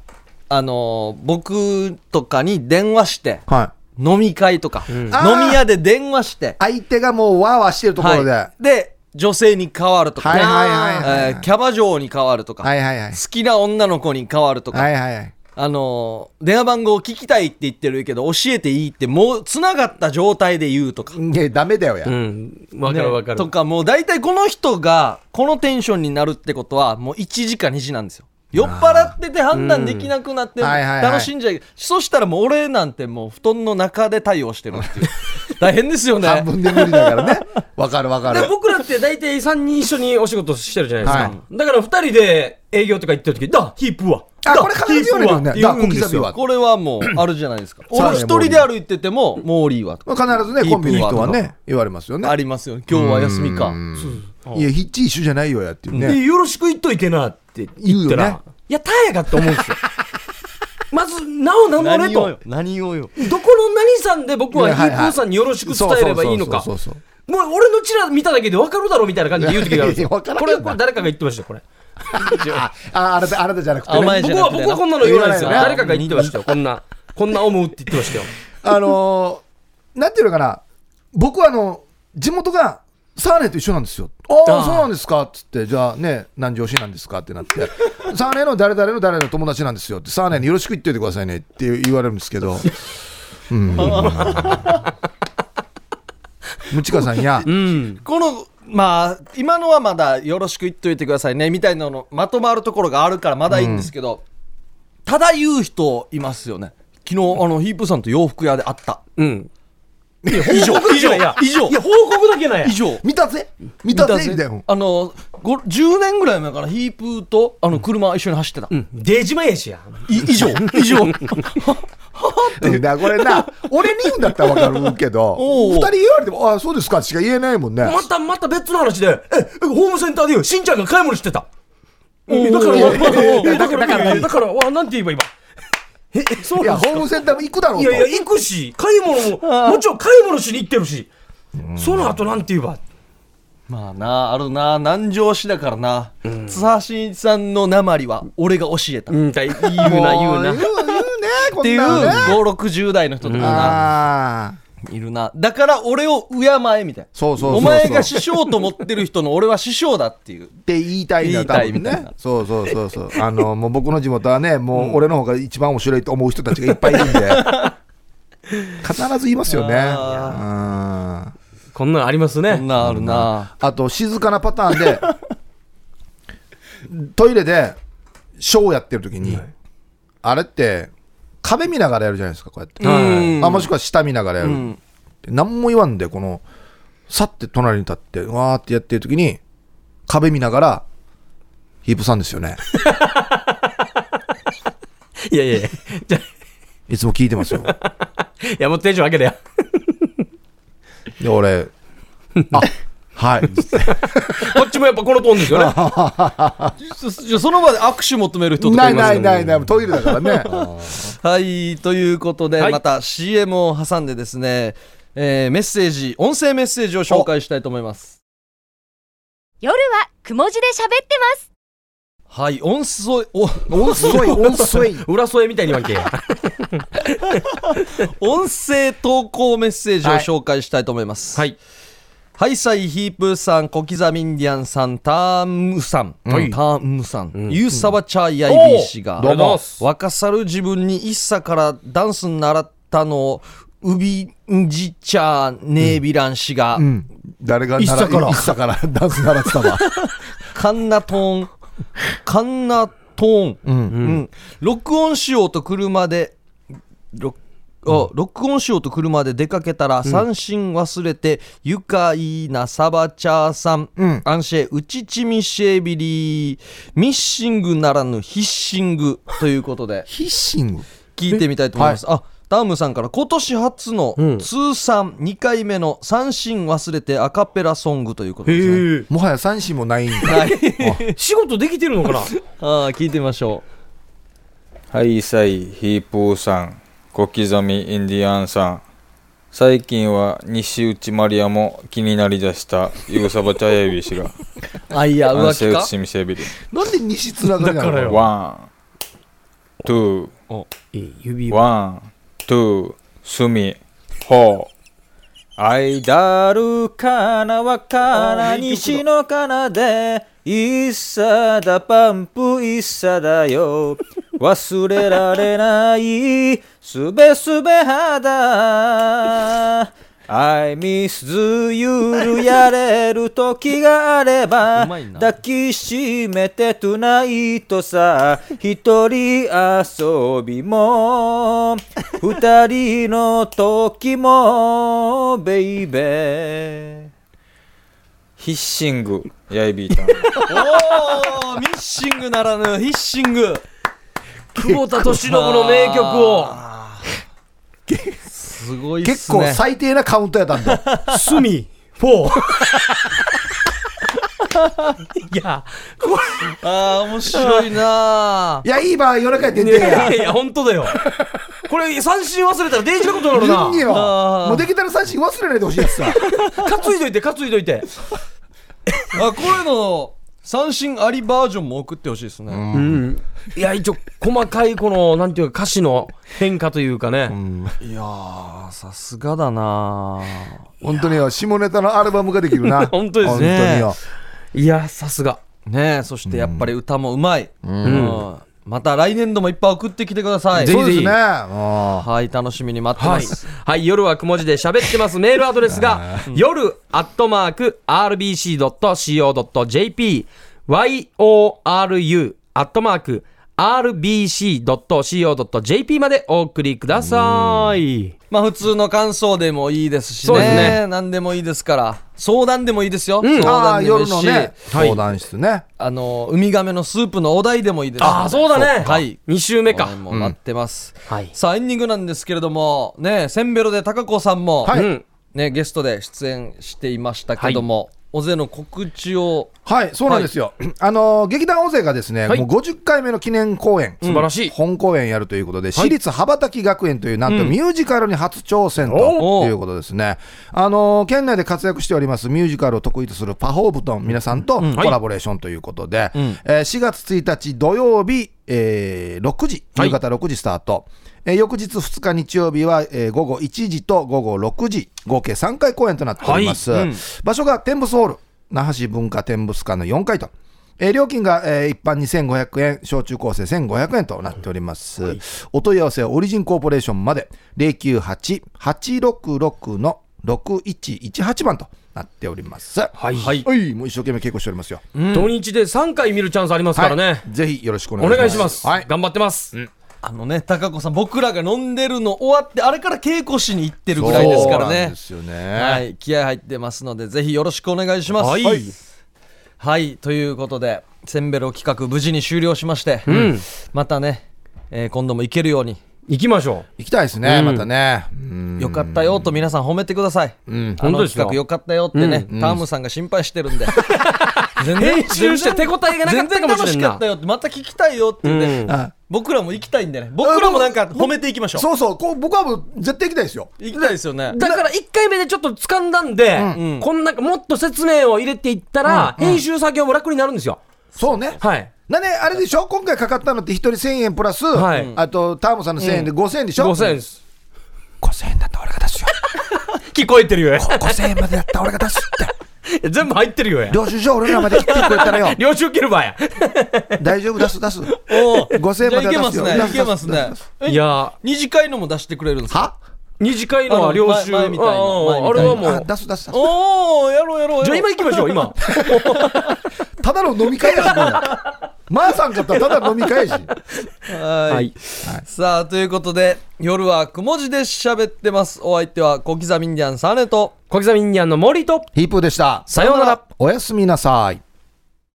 S1: あの僕とかに電話して
S3: うはい。
S1: 飲み会とか、飲み屋で電話して
S3: 相手がもうわーわーしてるところで。は
S1: はいで女性に変わるとか、
S3: いはいはいはい。
S1: えーキャバ嬢に変わるとか、
S3: はいはいはい
S1: 好。きな女の子に変わるとか、
S3: はいはいはい。
S1: あのー電話番号を聞きたいって言ってるけど教えていいってもう繋がった状態で言うとか。
S3: いや、ダメだよや。
S7: うん。わかるわか
S1: ね
S7: る。
S1: とかもう大体この人がこのテンションになるってことはもう1時か2時なんですよ酔っ払ってて判断できなくなって
S3: うんはいはいはい
S1: 楽しんじゃいそしたらもう俺なんてもう布団の中で対応してる っていう大変ですよね
S3: 半分で無理だから ね。わかるわかる
S7: で。僕らって大体3人一緒にお仕事してるじゃないですか。
S3: は
S7: だから2人で営業とか行ってる時、だ、ヒープは。
S3: あ
S7: だ
S3: これ必ず言われるね
S7: ヒープはって言うんで
S3: だ小刻
S7: す
S3: み
S7: よ
S3: は
S1: これはもうあるじゃないですか
S3: そうね
S1: 俺一人で歩いててもモーリーはとか
S3: まあ必ずね、コンビの人はね、言われますよね
S1: あ。りますよ今日は休みか
S3: いや、ヒッチ一緒じゃないよやっていうね。
S7: で、よろしく言っといてなって言った
S3: 言うよ
S7: ら、いや、たやがって思うんですよ。 まず、なおなもれ
S1: 何を
S7: と
S1: よ。何をよ
S7: どこの何さんで僕はヒ
S3: はい
S7: ー
S3: は
S7: プ
S3: い
S7: ーさんによろしく伝えればいいのか。
S3: そ
S7: も
S3: う
S7: う
S3: そうそうそう
S7: 俺のチラ見ただけで分かるだろうみたいな感じで言う時があるんですよ。
S3: いやいや分からん
S7: これ、
S3: よな
S7: これ誰かが言ってましたよ、これ。
S3: あ、あなた、あなたじゃなくて
S1: あお
S3: ね。
S1: 前じ
S7: 僕
S1: ゃな
S7: は、
S1: くてな
S7: 僕はこんなの言わないですよ。
S3: 言わな
S7: 誰
S3: いよね
S7: かが言ってましたよ、こんな。こんな思うって言ってましたよ。
S3: あのー、なんていうのかな、僕はあの、地元がサーネと一緒なんですよ。あ
S7: あ
S3: あ、
S7: ー
S3: そうなんですかっつって、じゃあね、何時推しなんですかってなって、サーネの誰々の誰の友達なんですよって、サーネによろしく言っておいてくださいねって言われるんですけど、うん。ムチカさんや、
S7: うん。
S1: このまあ今のはまだよろしく言っといてくださいねみたいなのまとまるところがあるからまだいいんですけど、ただ言う人いますよね昨日あのヒープさんと洋服屋で会った
S7: うん。
S1: 以上以上
S7: いや
S1: 以上
S7: いや、報告だけなんや
S1: 以。上
S3: 見たぜ見たぜみたいな。
S1: あのご10年ぐらい前からヒープとあの車一緒に走ってた、
S7: うん。出島やしや。
S1: い以上以上
S3: うんだからこれな、俺に言うんだったら分かるけど、
S1: おう
S3: 二人言われても、ああ、そうですかしか言えないもんね。
S7: また、また別の話で、え、えホームセンターでよ、しんちゃんが買い物してた。えだから、えだから、だから、だから、わ、なんて言えば今。え、えそう
S3: い
S7: な
S3: や、
S7: んで
S3: ホ
S7: す
S3: ー
S7: か
S3: ムセンターも行くだろう
S7: い
S3: と。
S7: やいや、行くし、買い物も、もちろん買い物しに行ってるし、その後なんて言えば、
S1: まあなあるな南城市だからな、津波真一さんの鉛は俺が教えた、っ
S7: うん、だい言うな、言う
S3: 言
S7: な。
S3: う言う ね、こ
S1: てい
S3: ん
S1: う
S3: なのね。
S1: 560代の人とかな、
S3: ああ。
S1: いるな。だから俺を敬えみたいな。
S3: そうそうそうそう
S1: お前が師匠と思ってる人の俺は師匠だっていう。
S3: って言いたいんだよ、多
S1: 言いたい
S3: 分
S1: みたい
S3: ね
S1: な。
S3: そうそうそうそう。あの、もう僕の地元はね、もう俺の方が一番面白いと思う人たちがいっぱいいるん で。必ず言いますよね。うんあ
S7: こんなのあります
S1: そん
S7: ね。
S1: なあるな。
S3: と、静かなパター ンで、トイレでショーをやってる時に、あれって、壁見ながらやるじゃないですか、こうやって。
S1: うん
S3: あもしくは下見ながらやる、
S1: ん
S3: 何も言わんでこのさって隣に立ってうわーってやってる時に壁見ながら「ヒープさんです よね
S7: いやいやいや、じゃ
S3: いつも聞いてますよ
S7: いや、もうテンション上げだよ。」
S3: で俺「あはい」つって
S7: こっちもやっぱこのトーンですよね。
S1: そじゃあその場で握手求める人と
S3: な
S1: かい
S3: い
S1: ま
S3: な
S1: す
S3: い
S1: よ
S3: ない
S1: ね。
S3: ないトイレだか らね
S1: はい、ということで、
S7: はい
S1: また CM を挟んでですね、えーメッセージ、音声メッセージを紹介したいと思います。
S6: 夜はくも字で喋ってます。
S1: はい、音声、お
S3: おんすごいおんすごい
S7: 裏添えみたいに言わんけや。
S1: 音声投稿メッセージを紹介したいと思います。
S7: はい。
S1: ハイサイヒープーさん、小刻みインディアンさん、タームさん、
S7: い
S1: タームさん、
S7: ん
S1: ユーサバチャーヤイビー氏が、
S7: おーどうも
S1: 若さる自分に一さからダンス習ったのを、ウビンジチャーネービラン氏が、
S3: 誰が
S1: 一茶から
S3: 一茶からダンス習ってたわ
S1: カンナトーン、カンナトーン、うん録音しようと車で、録あ録音しようと車で出かけたら三振忘れて、愉快なサバチャーさん、
S3: ん
S1: アンシェウチチミシェ ビリーミッシングならぬヒッシングということで
S3: ヒッシング
S1: 聞いてみたいと思います。あ、タームさんから今年初の通算2回目の三振忘れてアカペラソングということですね。
S7: え
S3: もはや三振もないんだ
S7: え仕事できてるのか な
S1: ああ、聞いてみましょ
S8: はい、サイ、ヒープーさん、小刻みインディアンさん、最近は西内マリアも気になりだしたユーサバチャヤビ氏が、
S1: う。あ、いや、
S8: 安
S1: 浮
S8: 静
S1: 気
S8: 打
S1: か
S8: ち。しみせびり。
S3: なんで西つながりなの
S8: ワン、ツー、
S7: 指を
S8: ワン、ツー、スミ、ホー。アイダルカナはカナ西のカナで、イッサだパンプイッサだよ。忘れられない、すべすべ肌。I miss you やれる時があれば
S1: うまいな
S8: 抱きしめて tonight さ一人遊びも二人の時もベイベーヒッシングやいびーたん
S1: おー、ミッシングならぬ、ヒッシング。
S7: 久保田敏信の名曲を
S1: すごいっ
S3: 結
S1: すね。
S3: 構最低なカウントやったんだ
S7: 「スミ4」いや
S1: ああ、面白いなあ
S3: いやいい場合夜中やってん
S7: い
S3: てん
S7: や
S3: や
S7: いや本当だよこれ三振忘れたらデイジのこと
S3: 言
S7: な
S3: う
S7: の
S3: んに
S7: か
S3: よ
S1: あー
S3: もうできたら三振忘れないでほしいやつさ
S7: な担いどいて担いどいて
S1: あ、こういうの、三振ありバージョンも送ってほしいですね。
S7: いや一応細かいこのなんていうか歌詞の変化というかね
S1: いやー、さすがだな
S3: 本当によ下ネタのアルバムができるな
S7: 本当です
S1: ね
S3: 本当によ
S7: いやさすが
S1: ねえ、そしてやっぱり歌もうまい。うんまた来年度もいっぱい送ってきてください。
S7: ぜひ
S3: そうですねもう
S1: はい、楽しみに待って
S7: は
S1: ま
S7: い
S1: す。、
S7: はい、夜はくも字で喋ってますメールアドレスが夜アットマーク RBC.CO.JP YORU アットマーク RBC.CO.JP までお送りください
S1: まあ普通の感想でもいいですし
S7: そうです
S1: ね。
S7: ね
S1: 何でもいいですから。相談でもいいですよ。相
S3: ああ
S1: 談でもいい
S3: 夜
S1: し
S3: のね。相談室ね
S1: あの、ウミガメのスープのお題でもいいです。
S7: ああそうだね
S1: はい。
S7: 2週目か
S1: 応援も待ってます。
S7: はい
S1: さあ、エンディングなんですけれども、ね、センベロで高子さんも、
S3: はい
S7: うん
S1: ね、ゲストで出演していましたけども、尾瀬の告知を、
S3: はい、そうなんですよ。 あのー劇団大勢がですね、
S7: はい
S3: もう50回目の記念公演、
S7: 素晴らしい
S3: 本公演やるということで、私立羽ばたき学園というなんとミュージカルに初挑戦
S1: お
S3: ということですね。あのー県内で活躍しておりますミュージカルを得意とするパホーブトン皆さんとコラボレーションということで、えー4月1日土曜日、えー6時、夕方6時スタート。えー翌日2日日曜日は、えー午後1時と午後6時合計3回公演となっております、場所が天仏ホール那覇市文化天物館の4階と。えー料金が、えー一般2500円、小中高生1500円となっております。お問い合わせはオリジンコーポレーションまで098-866の6118番となっております。はい。はい。もう一生懸命稽古しておりますよ。
S7: 土日で3回見るチャンスありますからね、
S3: はいぜひよろしくお願い
S7: お
S3: します。
S7: 願いします、
S3: はい。
S7: 頑張ってます、
S1: あのね、高子さん、僕らが飲んでるの終わって、あれから稽古しに行ってるぐらいですから
S3: そうな
S1: ね
S3: んで。すよね。
S1: はい、気合入ってますので、ぜひよろしくお願いします。
S7: はい
S1: はい、はいということで、センベロ企画無事に終了しまして、またね、えー今度も行けるように、
S7: 行きましょ
S3: 行きたいですね、またね。うん
S1: よかったよと皆さん褒めてください。あ
S7: 本当
S1: の
S7: ですよ
S1: 企画よかったよってね、タームさんが心配してるんで。全
S7: う編集して手応えがなか
S1: 全
S7: ったか
S1: 然
S7: も
S1: 楽
S7: しれ
S1: し
S7: ん
S1: かっ
S7: な
S1: たよって、また聞きたいよってね、
S3: あ
S1: 僕らも行きたいんでね、僕らもなんか褒めていきましょう。
S3: そうそう、こう僕はもう絶対行きたいですよ。
S1: 行きたいですよね。
S7: だから1回目でちょっと掴んだんで、こんなもっと説明を入れていったら、編集作業も楽になるんですよ。
S3: そうね。
S7: はい。
S3: なね、あれでしょ今回かかったのって一人1000円プラス、
S7: はい
S3: あとタームさんの1000円で5000円でしょ、
S7: 5000円です。
S3: 5000円だったら俺が出すよ
S7: 聞こえてるよ。
S3: 5000円までだったら俺が出すって
S7: 全部入ってるよ。
S3: 領収書俺らまで切ってくれたらよ
S7: 領収切るばや。
S3: 大丈夫出す出す
S1: おー
S3: 5000円まで
S1: じゃあ
S3: 出す
S1: いけます
S3: よ
S1: ね。いけますね。え
S7: いや
S1: 二次会のも出してくれるんですか
S3: は
S7: ー、二次会のは領収。
S1: あの前前みたいな
S7: あー
S1: 前みたい
S7: あ
S1: な
S7: れはも
S3: あ
S7: う。
S3: 出す出す出す
S1: おおやろうやろうやろう
S7: じゃあ今行きましょ う、今。
S3: ただの飲み会やし もうマーさんかったらただの飲み会やし
S1: はい
S7: はい
S1: さあということで夜はくも字で喋ってますお相手は小刻みインディアンサネと
S7: 小刻みインディアンの森と、
S3: ヒープーでした
S7: さようなら。
S3: おやすみなさい